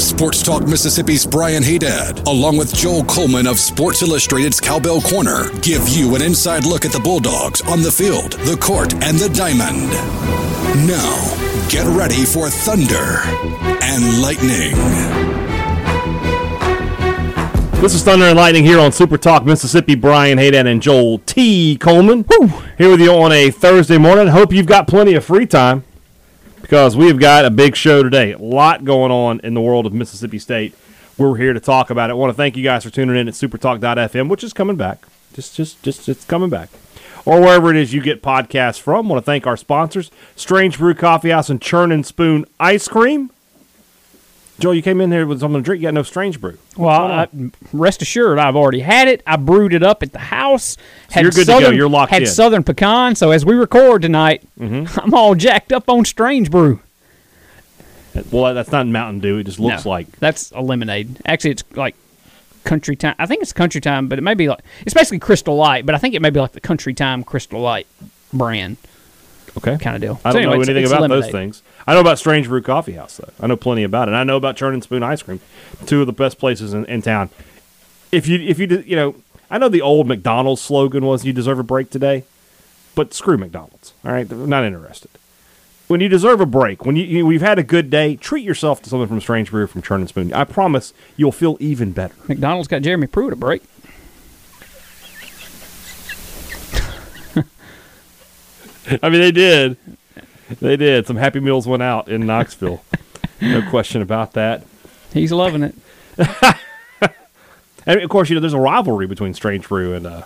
Sports Talk Mississippi's Brian Haydad, along with Joel Coleman of Sports Illustrated's Cowbell Corner, give you an inside look at the Bulldogs on the field, the court, and the diamond. Now, get ready for Thunder and Lightning. This is Thunder and Lightning here on Super Talk Mississippi. Brian Hayden and Joel T. Coleman here with you on a Thursday morning. Hope you've got plenty of free time because we've got a big show today. A lot going on in the world of Mississippi State. We're here to talk about it. I want to thank you guys for tuning in at supertalk.fm, which is coming back. Just, just, just, it's coming back. Or wherever it is you get podcasts from. want to thank our sponsors, Strange Brew Coffee House and Churn and Spoon Ice Cream. Joel, you came in here with something to drink. You got no Strange Brew. Well, I, rest assured, I've already had it. I brewed it up at the house. Had you're good to go. southern, You're locked had in. Mm-hmm. southern pecan. So as we record tonight, I'm all jacked up on strange brew. Well, that's not Mountain Dew. It just looks No, like that's a lemonade. Actually, it's like country time. I think it's country time, but it may be like it's basically Crystal Light, but I think it may be like the country time Crystal Light brand okay kind of deal. I So don't anyway, know it's- anything it's about those lemonade. things. I know about Strange Brew Coffee House, though. I know plenty about it. And I know about Churn and Spoon Ice Cream, two of the best places in, in town. If you, if you, did- you know, I know the old McDonald's slogan was "You deserve a break today," but screw McDonald's. All right, They're not interested. When you deserve a break, when you, you we've had a good day, treat yourself to something from Strange Brew from Churn and Spoon. I promise you'll feel even better. McDonald's got Jeremy Pruitt a break. I mean, they did. They did. Some Happy Meals went out in Knoxville. no question about that. He's loving it. And of course, you know, there's a rivalry between Strange Brew and uh,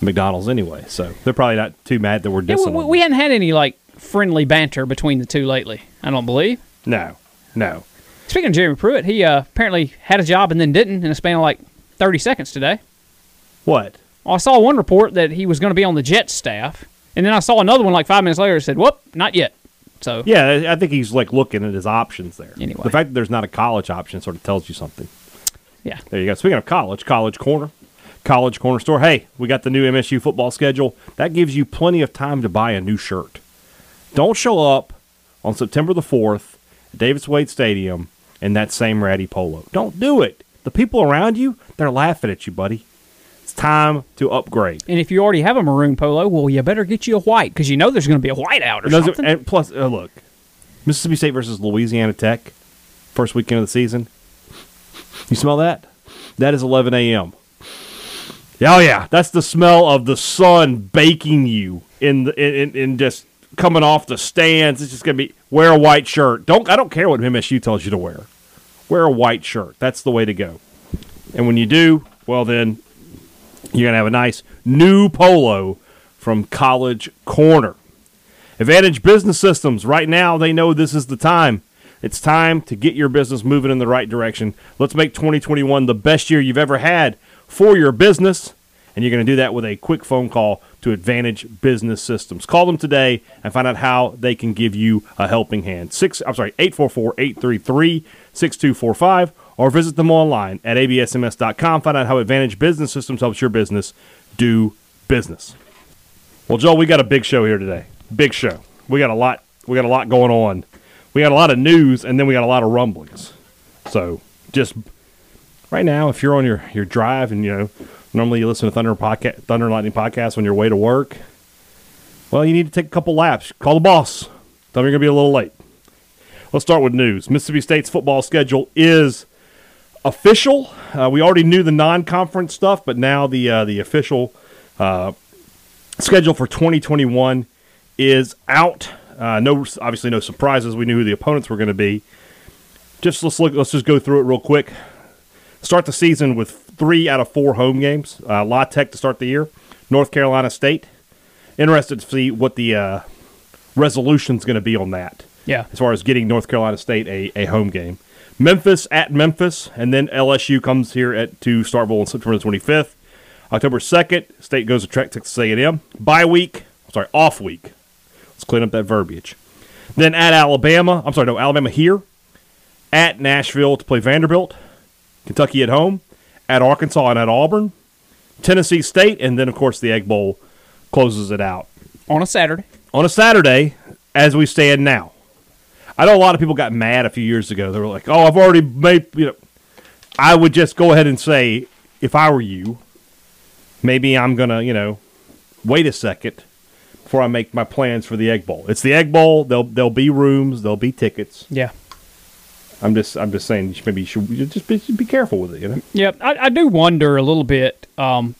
McDonald's anyway, so they're probably not too mad that we're Yeah, dissing. we, we, them. we hadn't had any like friendly banter between the two lately. I don't believe. no, no. Speaking of Jeremy Pruitt, he uh, apparently had a job and then didn't in a span of like 30 seconds today. What? Well, I saw one report that he was going to be on the Jets staff, and then I saw another one like five minutes later that said, "Whoop, not yet." So Yeah, I- I think he's like looking at his options there. Anyway. the fact that there's not a college option sort of tells you something. yeah, There you go. Speaking of college, College Corner, College Corner store. Hey, we got the new MSU football schedule. That gives you plenty of time to buy a new shirt. Don't show up on September the 4th at Davis Wade Stadium in that same ratty polo. Don't do it. The people around you, they're laughing at you, buddy. It's time to upgrade. and if you already have a maroon polo, well, you better get you a white because you know there's going to be a white out or It doesn't- something. and plus, uh, look, Mississippi State versus Louisiana Tech, first weekend of the season. You smell that? That is 11 a.m. Yeah, Oh yeah, that's the smell of the sun baking you in the in, in, in just coming off the stands. It's just gonna be wear a white shirt. Don't I don't care what MSU tells you to wear. Wear a white shirt. That's the way to go. And when you do, well then you're gonna have a nice new polo from College Corner. Advantage Business Systems. Right now, they know this is the time. It's time to get your business moving in the right direction. Let's make 2021 the best year you've ever had for your business. And you're going to do that with a quick phone call to Advantage Business Systems. Call them today and find out how they can give you a helping hand. Six, I'm sorry, 844-833-6245 or visit them online at absms.com. Find out how Advantage Business Systems helps your business do business. Well, Joel, we got a big show here today. Big show. We got a lot. We got a lot going on. We got a lot of news, and then we got a lot of rumblings. So just right now, if you're on your your drive, and you know, normally you listen to Thunder podcast, Thunder and Lightning podcast on your way to work. Well, you need to take a couple laps. Call the boss. Tell me you're gonna be a little late. Let's start with news. Mississippi State's football schedule is official. Uh, we already knew the non-conference stuff, but now the uh, the official schedule for 2021 is out. Uh, no, obviously no surprises. We knew who the opponents were going to be. Just let's look. Let's just go through it real quick. Start the season with three out of four home games. Uh, La Tech to start the year. North Carolina State. Interested to see what the uh, resolution's going to be on that yeah, as far as getting North Carolina State a, a home game. Memphis at Memphis, and then LSU comes here at to Star Bowl on September 25th. October 2nd, State goes to Tech Texas A&M. Bye week, sorry, off week Let's clean up that verbiage. Then at Alabama, I'm sorry, no, Alabama here. At Nashville to play Vanderbilt. Kentucky at home. At Arkansas and at Auburn. Tennessee State. And then, of course, the Egg Bowl closes it out on a Saturday. on a Saturday as we stand now. I know a lot of people got mad a few years ago. They were like, "Oh, I've already made." You know, I would just go ahead and say, if I were you, maybe I'm gonna, you know, wait a second before I make my plans for the Egg Bowl. It's the Egg Bowl. There'll there'll be rooms. There'll be tickets. Yeah. I'm just I'm just saying. you should- Maybe you should you just be, should be careful with it. You know. Yep, I, I do wonder a little bit. Um,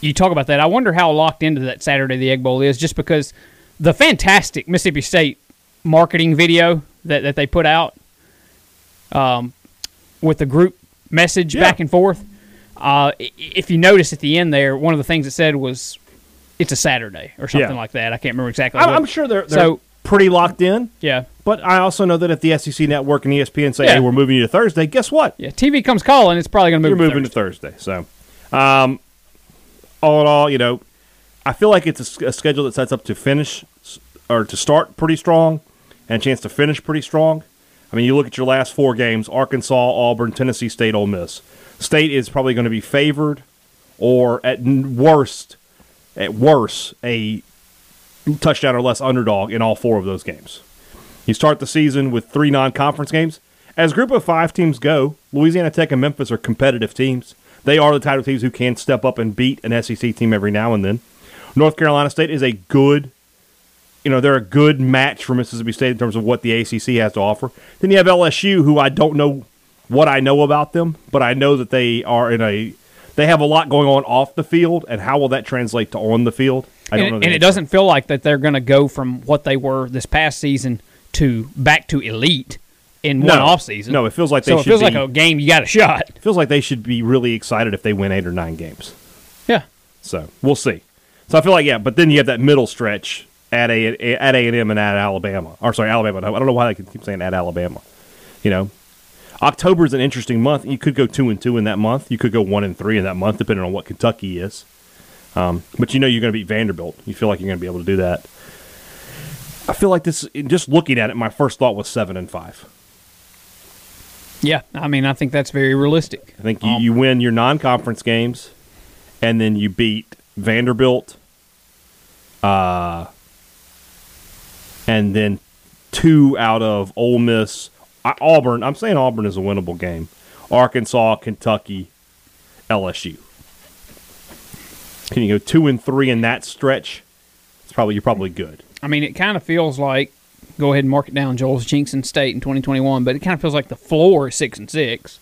you talk about that. I wonder how locked into that Saturday the Egg Bowl is, just because the fantastic Mississippi State marketing video that, that they put out, um, with the group message Yeah. back and forth. Uh, i- if you notice at the end there, one of the things it said was, "It's a Saturday" or something Yeah. like that. I can't remember exactly. I'm, what- I'm sure they're, they're So- pretty locked in. Yeah, But I also know that if the SEC network and E ESPN say, Yeah. "Hey, we're moving you to Thursday," guess what? yeah. TV comes calling. It's probably going to move. You're to moving Thursday. to Thursday. So, um, all in all, you know, I feel like it's a s- a, schedule that sets up to finish s- or to start pretty strong and a chance to finish pretty strong. I mean, you look at your last four games Arkansas, Auburn, Tennessee State, Ole Miss. State is probably going to be favored or at n- worst, at worst, a touchdown or less underdog in all four of those games. You start the season with three non conference games. As group of five teams go, Louisiana Tech and Memphis are competitive teams. They are the type of teams who can step up and beat an SEC team every now and then. North Carolina State is a good, you know, they're a good match for Mississippi State in terms of what the ACC has to offer. Then you have LSU, who I don't know what I know about them, but I know that they are in a, they have a lot going on off the field, and how will that translate to on the field? I don't and, know. it- the and it answer. doesn't feel like that they're going to go from what they were this past season to back to elite in one No. off season. No, it feels like they so it should feels be- like a game you got a shot. feels like they should be really excited if they win eight or nine games. Yeah, So we'll see. So I feel like yeah, but then you have that middle stretch at a at A and M and at Alabama, or sorry Alabama. I don't know why they keep saying at Alabama. You know, October is an interesting month. You could go two and two in that month. You could go one and three in that month, depending on what Kentucky is. Um, but you know you're going to beat Vanderbilt. You feel like you're going to be able to do that. I feel like this. Just looking at it, my first thought was seven and five. yeah. I mean, I think that's very realistic. I think you, you win your non conference games, and then you beat Vanderbilt, uh, and then two out of Ole Miss, I, Auburn. I'm saying Auburn is a winnable game. Arkansas, Kentucky, LSU. Can you go two and three in that stretch? It's probably you're probably good. I mean, it kind of feels like go ahead and mark it down. Joel's jinx and state in 2021, but it kind of feels like the floor is six and six.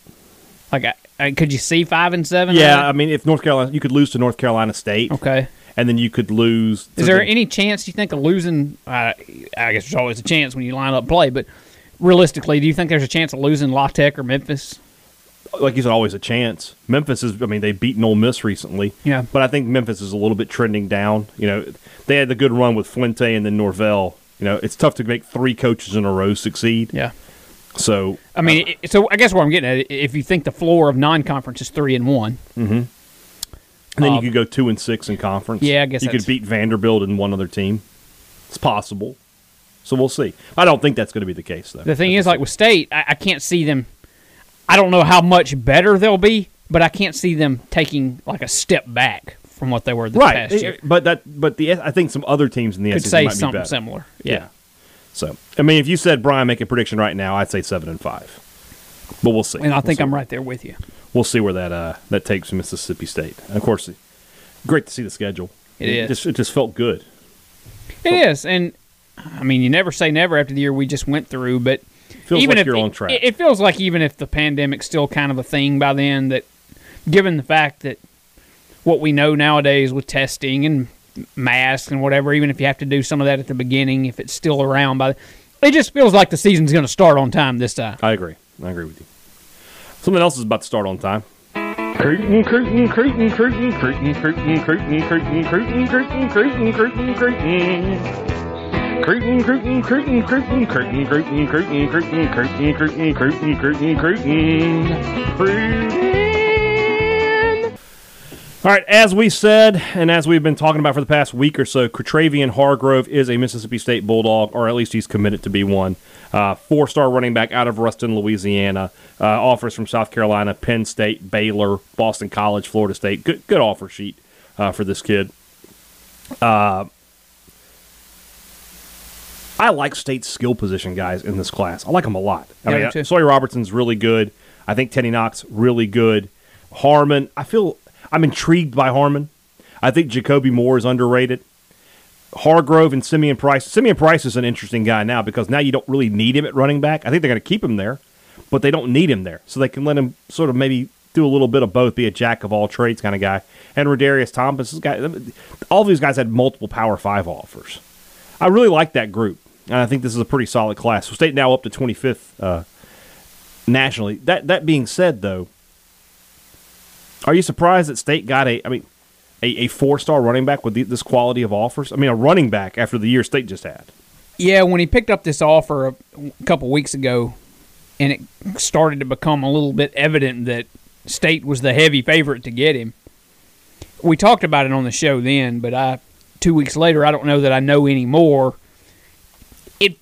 Like, I, I, could you see five and seven? Yeah, I on mean, if North Carolina, you could lose to North Carolina State, it? okay. and then you could lose. to Is there the- any chance you think of losing? Uh, I guess there's always a chance when you line up play, but realistically, do you think there's a chance of losing La Tech or Memphis? like you said, always a chance. Memphis is, I mean, they've beaten Ole Miss recently. Yeah. But I think Memphis is a little bit trending down. You know, they had the good run with Fuente and then Norvell. You know, it's tough to make three coaches in a row succeed. Yeah. So, I mean, Uh, it- so I guess where I'm getting at, if you think the floor of non-conference is three and one, and then you Um, could go two and six in conference. Yeah, I guess You could that's- beat Vanderbilt and one other team. It's possible. So we'll see. I don't think that's going to be the case, though. the thing As I is, like said. with state, I, I can't see them. I don't know how much better they'll be, but I can't see them taking like a step back from what they were this right. past year. Eh, eh, But that, but the, I think some other teams in the Could SEC say might be something better. similar. yeah. So, I mean, if you said Brian make a prediction right now, I'd say seven and five. But we'll see. and I think we'll see. I'm right there with you. We'll see where that uh, that takes Mississippi State. And of course, great to see the schedule. It is. Just, it just felt good. It is, and I mean, you never say never after the year we just went through, but Feels even like if you're on track. It, it feels like even if the pandemic's still kind of a thing by then, that given the fact that what we know nowadays with testing and masks and whatever, even if you have to do some of that at the beginning, if it's still around by, the, it just feels like the season's going to start on time this time. I agree. I agree with you. Something else is about to start on time. Cruton, cruton, cruton, cruton, cruton, cruton, cruton, cruton, cruton, cruton, cruton, cruton, cruton. Cruton, cruton, cruton, cruton, cruton, cruton, cruton, cruton, cruton, cruton, cruton, cruton, cruton. Cruton. All right, as we said, and as we've been talking about for the past week or so, Katravian Hargrove is a Mississippi State Bulldog, or at least he's committed to be one. Uh, Four star running back out of Ruston, Louisiana. Uh, offers from South Carolina, Penn State, Baylor, Boston College, Florida State. Good, good offer sheet uh, for this kid. I like State's skill position guys in this class. I like them a lot. I Yeah, mean, me too. Sawyer Robertson's really good. I think Teddy Knox really good. Harmon, I feel I'm intrigued by Harmon. I think Jacoby Moore is underrated. Hargrove and Simeon Price. Simeon Price is an interesting guy now because now you don't really need him at running back. I think they're going to keep him there, but they don't need him there, so they can let him sort of maybe do a little bit of both, be a jack of all trades kind of guy. And Rodarius Thomas, this guy, all these guys had multiple Power Five offers. I really like that group, and I think this is a pretty solid class. So State now up to 25th uh, nationally. That that being said, though, are you surprised that State got a? I mean, a, a four star running back with the, this quality of offers. I mean, a running back after the year State just had. Yeah, when he picked up this offer a couple weeks ago, and it started to become a little bit evident that State was the heavy favorite to get him. We talked about it on the show then, but I two weeks later, I don't know that I know any more. It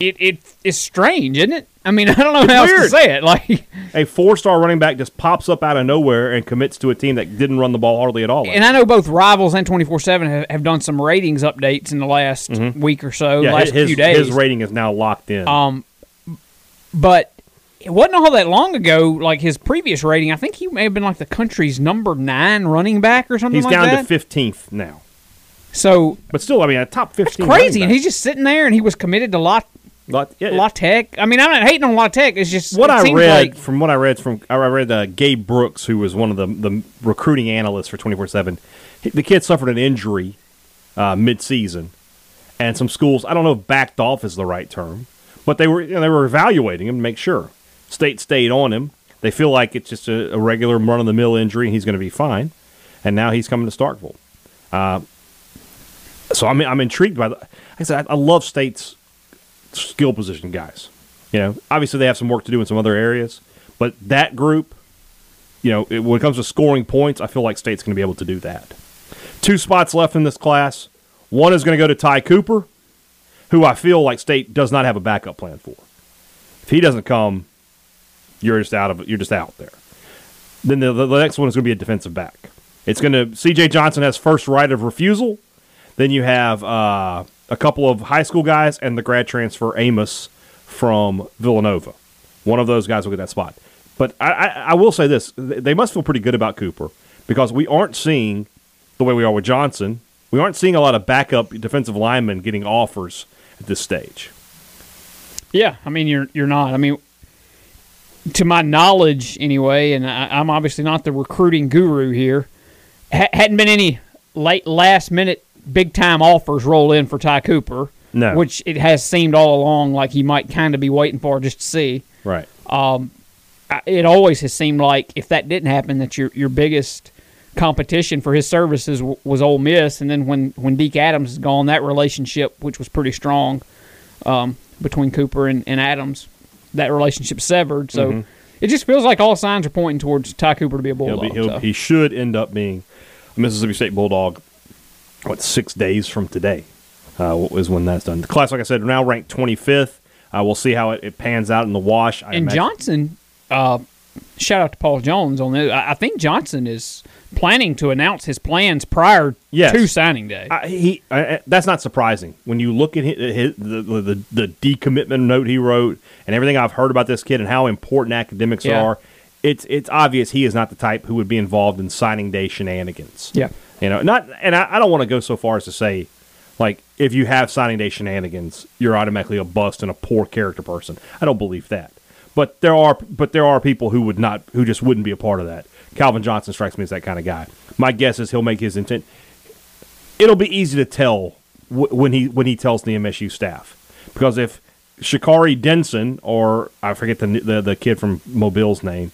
it it is strange, isn't it? I mean, I don't know how weird. else to say it. Like, A four star running back just pops up out of nowhere and commits to a team that didn't run the ball hardly at all. and I know both rivals and twenty four seven have have done some ratings updates in the last week or so, Mm-hmm. yeah, last his, few days. his rating is now locked in. Um, but it wasn't all that long ago. Like his previous rating, I think he may have been like the country's number nine running back or something He's like down that. to fifteenth now, so but still, I mean, a top fifteen. crazy, and running he's just sitting there, and he was committed to La, back. Lot- yeah, La Tech. I mean, I'm not hating on La Tech. It's just what it I seems read like- from what I read from I read uh, Gabe Brooks, who was one of the the recruiting analysts for twenty four seven. The kid suffered an injury uh, mid season, and some schools I don't know if backed off is the right term, but they were you know, they were evaluating him to make sure. State stayed on him. They feel like it's just a, a regular run of the mill injury, and he's going to be fine. And now he's coming to Starkville. Uh, so I'm I'm intrigued by the. Like I said I, I love State's skill position guys. You know, obviously they have some work to do in some other areas, but that group, you know, it, when it comes to scoring points, I feel like State's going to be able to do that. Two spots left in this class. One is going to go to Ty Cooper, who I feel like State does not have a backup plan for. If he doesn't come, you're just out of you're just out there. Then the, the, the next one is going to be a defensive back. It's going to C.J. Johnson has first right of refusal. Then you have uh, a couple of high school guys and the grad transfer Amos from Villanova. One of those guys will get that spot. But I, I, I will say this: th- they must feel pretty good about Cooper because we aren't seeing the way we are with Johnson. We aren't seeing a lot of backup defensive linemen getting offers at this stage. Yeah, I mean, you're you're not. I mean, to my knowledge, anyway, and I, I'm obviously not the recruiting guru here. Ha- hadn't been any late last minute big time offers roll in for Ty Cooper. No. which it has seemed all along like he might kind of be waiting for just to see. Right. I- It always has seemed like if that didn't happen, that your your biggest competition for his services w- was Ole Miss, and then when when Deke Adams is gone, that relationship, which was pretty strong, um, between Cooper and, and Adams, that relationship severed. So it just feels like all signs are pointing towards Ty Cooper to be a Mm-hmm. He'll bulldog. be, he'll, so. He should end up being a Mississippi State Bulldog, what, six days from today uh, what was when that's done. The class, like I said, now ranked 25th. Uh, we'll see how it, it pans out in the wash. I and imagine- Johnson, uh, shout out to Paul Jones on this. I, I think Johnson is planning to announce his plans prior Yes. to signing day. I, he I, I- that's not surprising when you look at his, his, the, the the decommitment note he wrote and everything I've heard about this kid and how important academics Yeah. are. It's it's obvious he is not the type who would be involved in signing day shenanigans. Yeah. you know, not and I, I don't want to go so far as to say like if you have signing day shenanigans, you're automatically a bust and a poor character person. I don't believe that. But there are but there are people who would not who just wouldn't be a part of that. Calvin Johnson strikes me as that kind of guy. My guess is he'll make his intent it'll be easy to tell wh- when he when he tells the MSU staff because if Shikari Denson or I forget the the, the kid from Mobile's name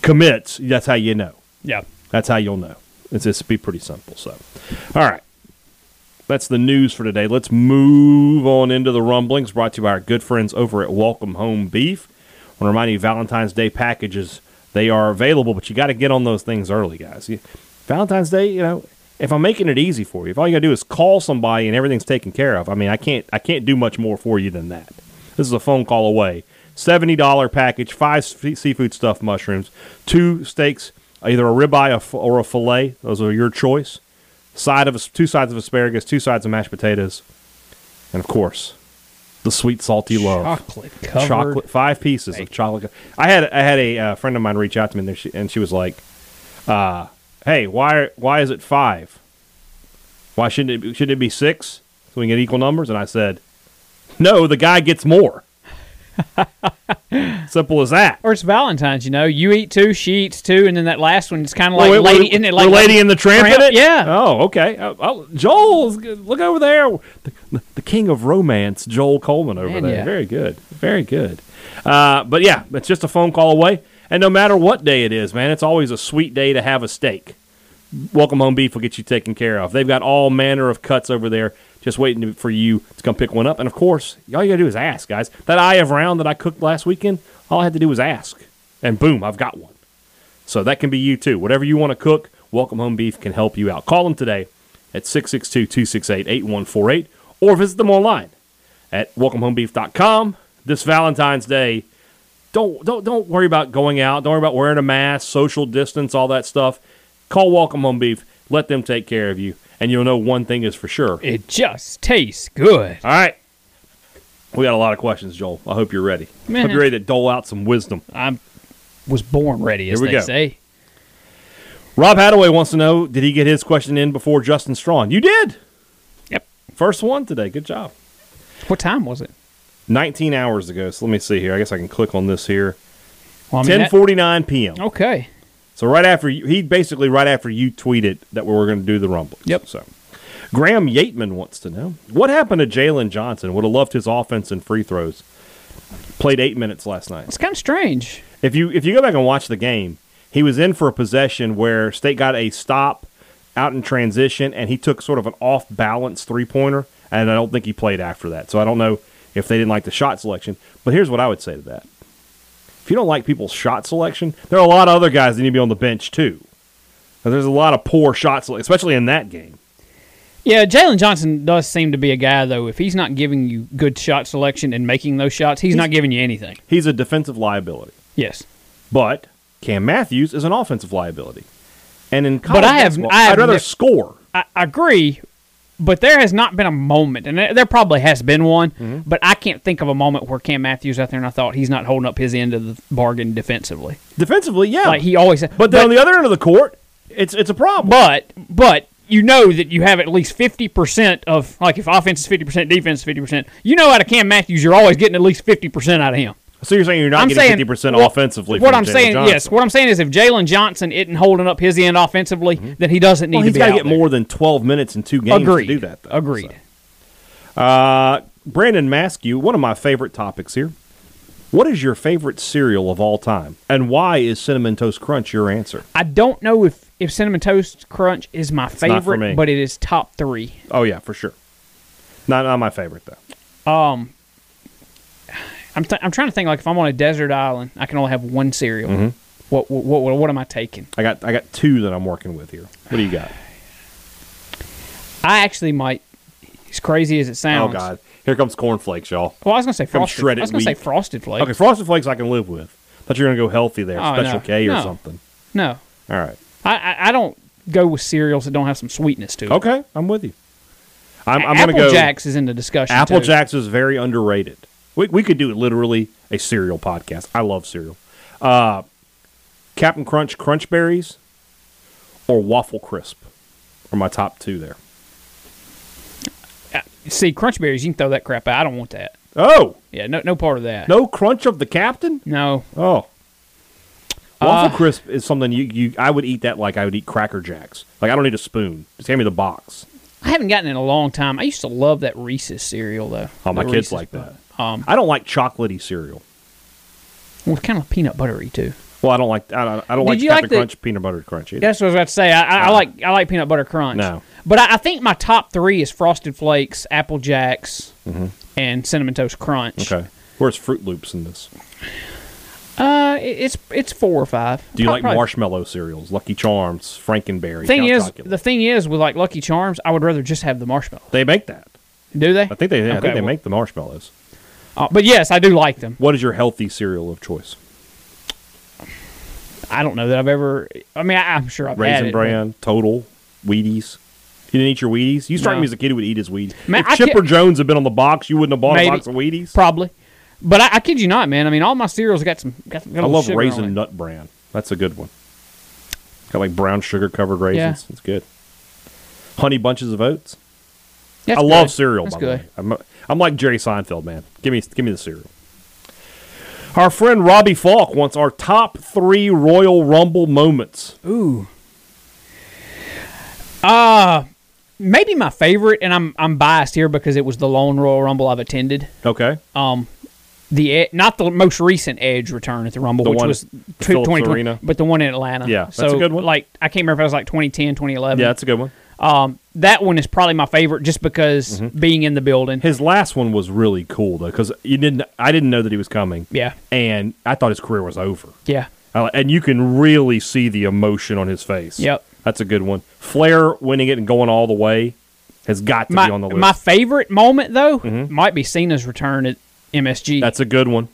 commits, that's how you know. yeah. That's how you'll know. It's it's be pretty simple. So, all right, that's the news for today. Let's move on into the rumblings brought to you by our good friends over at Welcome Home Beef. I want to remind you, Valentine's Day packages They are available, but you got to get on those things early, guys. You- Valentine's Day, you know, if I'm making it easy for you, if all you got to do is call somebody and everything's taken care of, I mean, I can't I can't do much more for you than that. This is a phone call away. Seventy dollar package, five se- seafood stuffed mushrooms, two steaks, either a ribeye or f- or a fillet. Those are your choice. Side of as- two sides of asparagus, two sides of mashed potatoes, and of course, the sweet salty love Chocolate covered. chocolate five pieces of chocolate. I had I had a uh, friend of mine reach out to me and, there she, and she was like, uh, "Hey, why why is it five? Why shouldn't it be, should it be six so we can get equal numbers?" And I said, "No, the guy gets more. Simple as that." Or it's Valentine's, you know. You eat two, she eats two, and then that last one is kind of like Wait, wait, lady, wait, isn't it? we're Like lady in the tramp, in it? Yeah. Oh, okay. Oh, oh, Joel's good. look over there. The, the king of romance, Joel Coleman over Man, there. yeah. Very good. Very good. Uh, but yeah, it's just a phone call away. And no matter what day it is, man, it's always a sweet day to have a steak. Welcome Home Beef will get you taken care of. They've got all manner of cuts over there just waiting to- for you to come pick one up. And of course, all you got to do is ask, guys. That eye of round that I cooked last weekend, all I had to do was ask. And boom, I've got one. So that can be you too. Whatever you want to cook, Welcome Home Beef can help you out. Call them today at 662 268 8148 or visit them online at welcomehomebeef.com this Valentine's Day. Don't, don't, don't worry about going out. Don't worry about wearing a mask, social distance, all that stuff. Call Welcome Home Beef. Let them take care of you. And you'll know one thing is for sure. It just tastes good. All right. We got a lot of questions, Joel. I hope you're ready. Man. Hope you're ready to dole out some wisdom. I was born ready, as Here we they go. say. Rob Hadaway wants to know Did he get his question in before Justin Strawn? You did. Yep. First one today. Good job. What time was it? 19 hours ago. So let me see here. I guess I can click on this here. Well, I mean, that- 10:49 p.m. Okay. So right after you, he basically right after you tweeted that we were going to do the rumble. Yep. So Graham Yateman wants to know what happened to Jalen Johnson. Would have loved his offense and free throws. Played eight minutes last night. It's kind of strange. If you if you go back and watch the game, he was in for a possession where State got a stop out in transition, and he took sort of an off balance three pointer, and I don't think he played after that. So I don't know if they didn't like the shot selection. But here's what I would say to that: If you don't like people's shot selection, there are a lot of other guys that need to be on the bench too. Now, There's a lot of poor shots, especially in that game. Yeah, Jalen Johnson does seem to be a guy, though. If he's not giving you good shot selection and making those shots, he's, not giving you anything. He's a defensive liability, Yes. but Cam Matthews is an offensive liability. And in college But I have- basketball, I have I'd rather ne- score. I, I agree, but there has not been a moment, and there there probably has been one, Mm-hmm. but I can't think of a moment where Cam Matthews out there and I thought he's not holding up his end of the bargain defensively. Defensively, yeah. Like he always, but But then on the other end of the court, it's it's a problem. but but you know that you have at least fifty percent of like if offense is fifty percent, defense is fifty percent. You know out of Cam Matthews, you're always getting at least fifty percent out of him. so you're saying you're not I'm getting saying fifty percent well, offensively. What from I'm Jalen saying, Johnson. yes, what I'm saying is if Jalen Johnson isn't holding up his end offensively, then he doesn't Mm-hmm. need well, to he's be got to out get there. more than twelve minutes in two games Agreed. to do that. Though, Agreed. So. Uh, Brandon Maskew, one of my favorite topics here. What is your favorite cereal of all time, and why is cinnamon toast crunch your answer? I don't know if, if Cinnamon Toast Crunch is my not for favorite, me. but it is top three. Oh yeah, for sure. Not not my favorite though. Um, I'm, th- I'm trying to think like if I'm on a desert island, I can only have one cereal. Mm-hmm. What, what what what am I taking? I got I got two that I'm working with here. What do you got? I actually might. As crazy as it sounds. Oh God, here comes cornflakes, y'all. Well, I was gonna say frosted. shredded I was gonna say wheat. frosted flakes. Okay, frosted flakes I can live with. Thought you were gonna go healthy there, Oh, Special no. K or No. something. No, All right. I, I I don't go with cereals that don't have some sweetness to it. Okay, I'm with you. I'm, I'm Apple gonna go. Jacks is in the discussion. Apple too. Jacks is very underrated. We we could do literally a cereal podcast. I love cereal. Uh, Captain Crunch Crunch Berries or Waffle Crisp are my top two there. See, Crunch Berries, you can throw that crap out. I don't want that. Oh, Yeah, no, no part of that. no Crunch of the Captain. no. Oh. Uh. Waffle Crisp is something you, you I would eat that like I would eat Cracker Jacks. Like I don't need a spoon. Just hand me the box. I haven't gotten it in a long time. I used to love that Reese's cereal though. Oh, my The kids Reese's like bun. that. Um, I don't like chocolatey cereal. well, kind of peanut buttery too. Well, I don't like I don't, I don't Did like you Captain like the- Crunch peanut butter crunch. Either. That's what I was about to say. I, I, I like I like peanut butter crunch. No. but I, I think my top three is Frosted Flakes, Apple Mm-hmm. Jacks, and Cinnamon Toast Crunch. Okay. Where's Fruit Loops in this? Uh, it- it's it's four or five. Do you Pro- like probably- marshmallow cereals, Lucky Charms, Frankenberry? Thing Count is, Chocula? the thing is, with like Lucky Charms, I would rather just have the marshmallow. they make that. Do they? I think they. I think Okay, they well- make the marshmallows. Uh, but yes, I do like them. What is your healthy cereal of choice? I don't know that I've ever. I mean, I, I'm sure I've had Raisin it, Bran, Total, Wheaties. You didn't eat your Wheaties. You strike No. me as a kid who would eat his Wheaties. Man, if I Chipper can't- Jones had been on the box, you wouldn't have bought Maybe. a box of Wheaties. but- probably. But I, I kid you not, man. I mean, all my cereals got some. Got, got a I little love sugar on it. Raisin Nut Bran. That's a good one. Got like brown sugar covered raisins. It's good. Honey bunches of oats. That's I love good. cereal. That's by good. the way, I'm, I'm like Jerry Seinfeld, man. Give me, give me the cereal. Our friend Robbie Falk wants our top three Royal Rumble moments. Ooh. Uh maybe my favorite, and I'm I'm biased here because it was the lone Royal Rumble I've attended. Okay, Um, the e- not the most recent Edge return at the Rumble, The which one was at tw- the Phillips 2020, Arena? but the one in Atlanta. Yeah, that's a so good one. Like I can't remember if it was like 2010, 2011. yeah, that's a good one. um, that one is probably my favorite just because being in the building. Mm-hmm. His last one was really cool though, because you didn't, I didn't know that he was coming. yeah, and I thought his career was over. yeah, I li- And you can really see the emotion on his face. Yep. that's a good one. Flair winning it and going all the way has got to my be on the list. Mm-hmm. my favorite moment though might be Cena's return at MSG. That's a good one.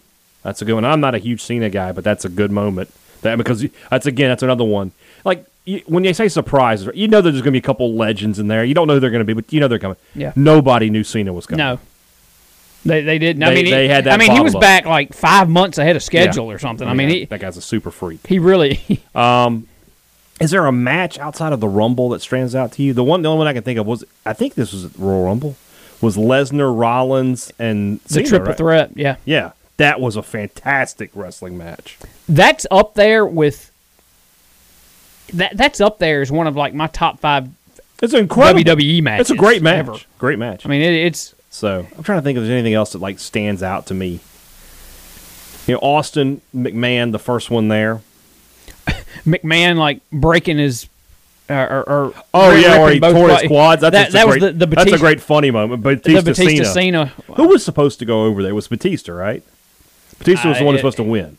That's a good one. I'm not a huge Cena guy, but that's a good moment. That because you- that's again that's another one. Like you, when they say surprises, right, you know that there's going to be a couple legends in there. You don't know who they're going to be, but you know they're coming. Yeah. Nobody knew Cena was coming. No. They, they didn't. I They- mean, he- they had that I mean, he bottled was up. back like five months ahead of schedule Yeah. or something. I mean, he, that guy's a super freak. he really. Is there a match outside of the Rumble that stands out to you? The one, the only one I can think of was I think this was at Royal Rumble, was Lesnar, Rollins, and the Cena, triple right? threat. Yeah. Yeah, that was a fantastic wrestling match. That's up there with. That That's up there as one of like my top five. It's incredible WWE matches It's a great match. E ever. Great match. I mean, it, it's. So I'm trying to think if there's anything else that like stands out to me. You know, Austin McMahon, the first one there. McMahon like breaking his. Or, or, or Oh yeah, or ripping he both tore his body- quads. That's, that just a that great, was the, the Batista, that's a great funny moment. Batista, the Batista Cena. Cena. Who was supposed to go over there? It was Batista, right? Batista was Uh, the one it- who's supposed to win.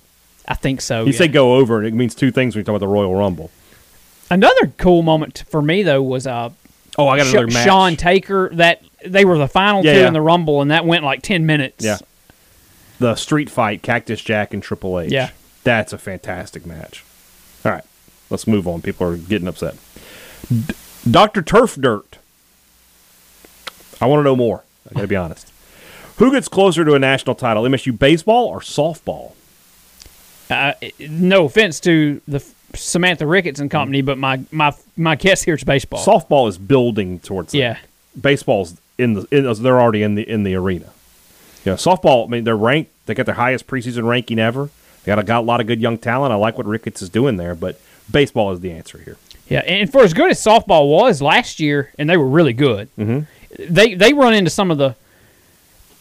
I think so. He Oh, yeah. said go over, and it means two things when you talk about the Royal Rumble. Another cool moment for me though was uh Oh, I got Sh- another match. Sean Taker. That they were the final Yeah, two yeah. in the Rumble, and that went like ten minutes. Yeah. The street fight, Cactus Jack and Triple H. Yeah. That's a fantastic match. All right. Let's move on. People are getting upset. D- Dr. Turf Dirt. I want to know more. I got to be honest. Who gets closer to a national title, MSU baseball or softball? Uh, no offense to the F- Samantha Ricketts and company, but my my my guess here is baseball. Softball is building towards that. Oh. Yeah. Baseball's in the in, they're already in the in the arena. Yeah, softball. I mean, they're ranked. They got their highest preseason ranking ever. They got a, got a lot of good young talent. I like what Ricketts is doing there, but baseball is the answer here. Yeah, and for as good as softball was last year, and they were really good, Mm-hmm. they they run into some of the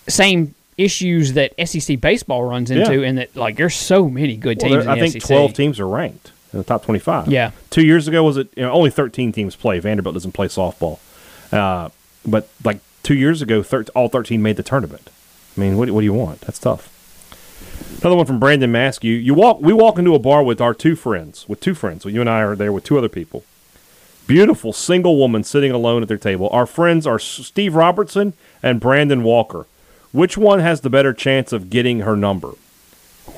same issues that SEC baseball runs into, Yeah. and that like there's so many good Well, teams. there- I in the E think SEC. twelve teams are ranked in the top twenty-five. Yeah. Two years ago was it you know, only thirteen teams play. Vanderbilt doesn't play softball, uh, but like two years ago, thir- all thirteen made the tournament. I mean, what, what do you want? That's tough. Another one from Brandon Maskew. You walk. We walk into a bar with our two friends. With two friends. Well, you and I are there with two other people. Beautiful single woman sitting alone at their table. Our friends are S- Steve Robertson and Brandon Walker. Which one has the better chance of getting her number?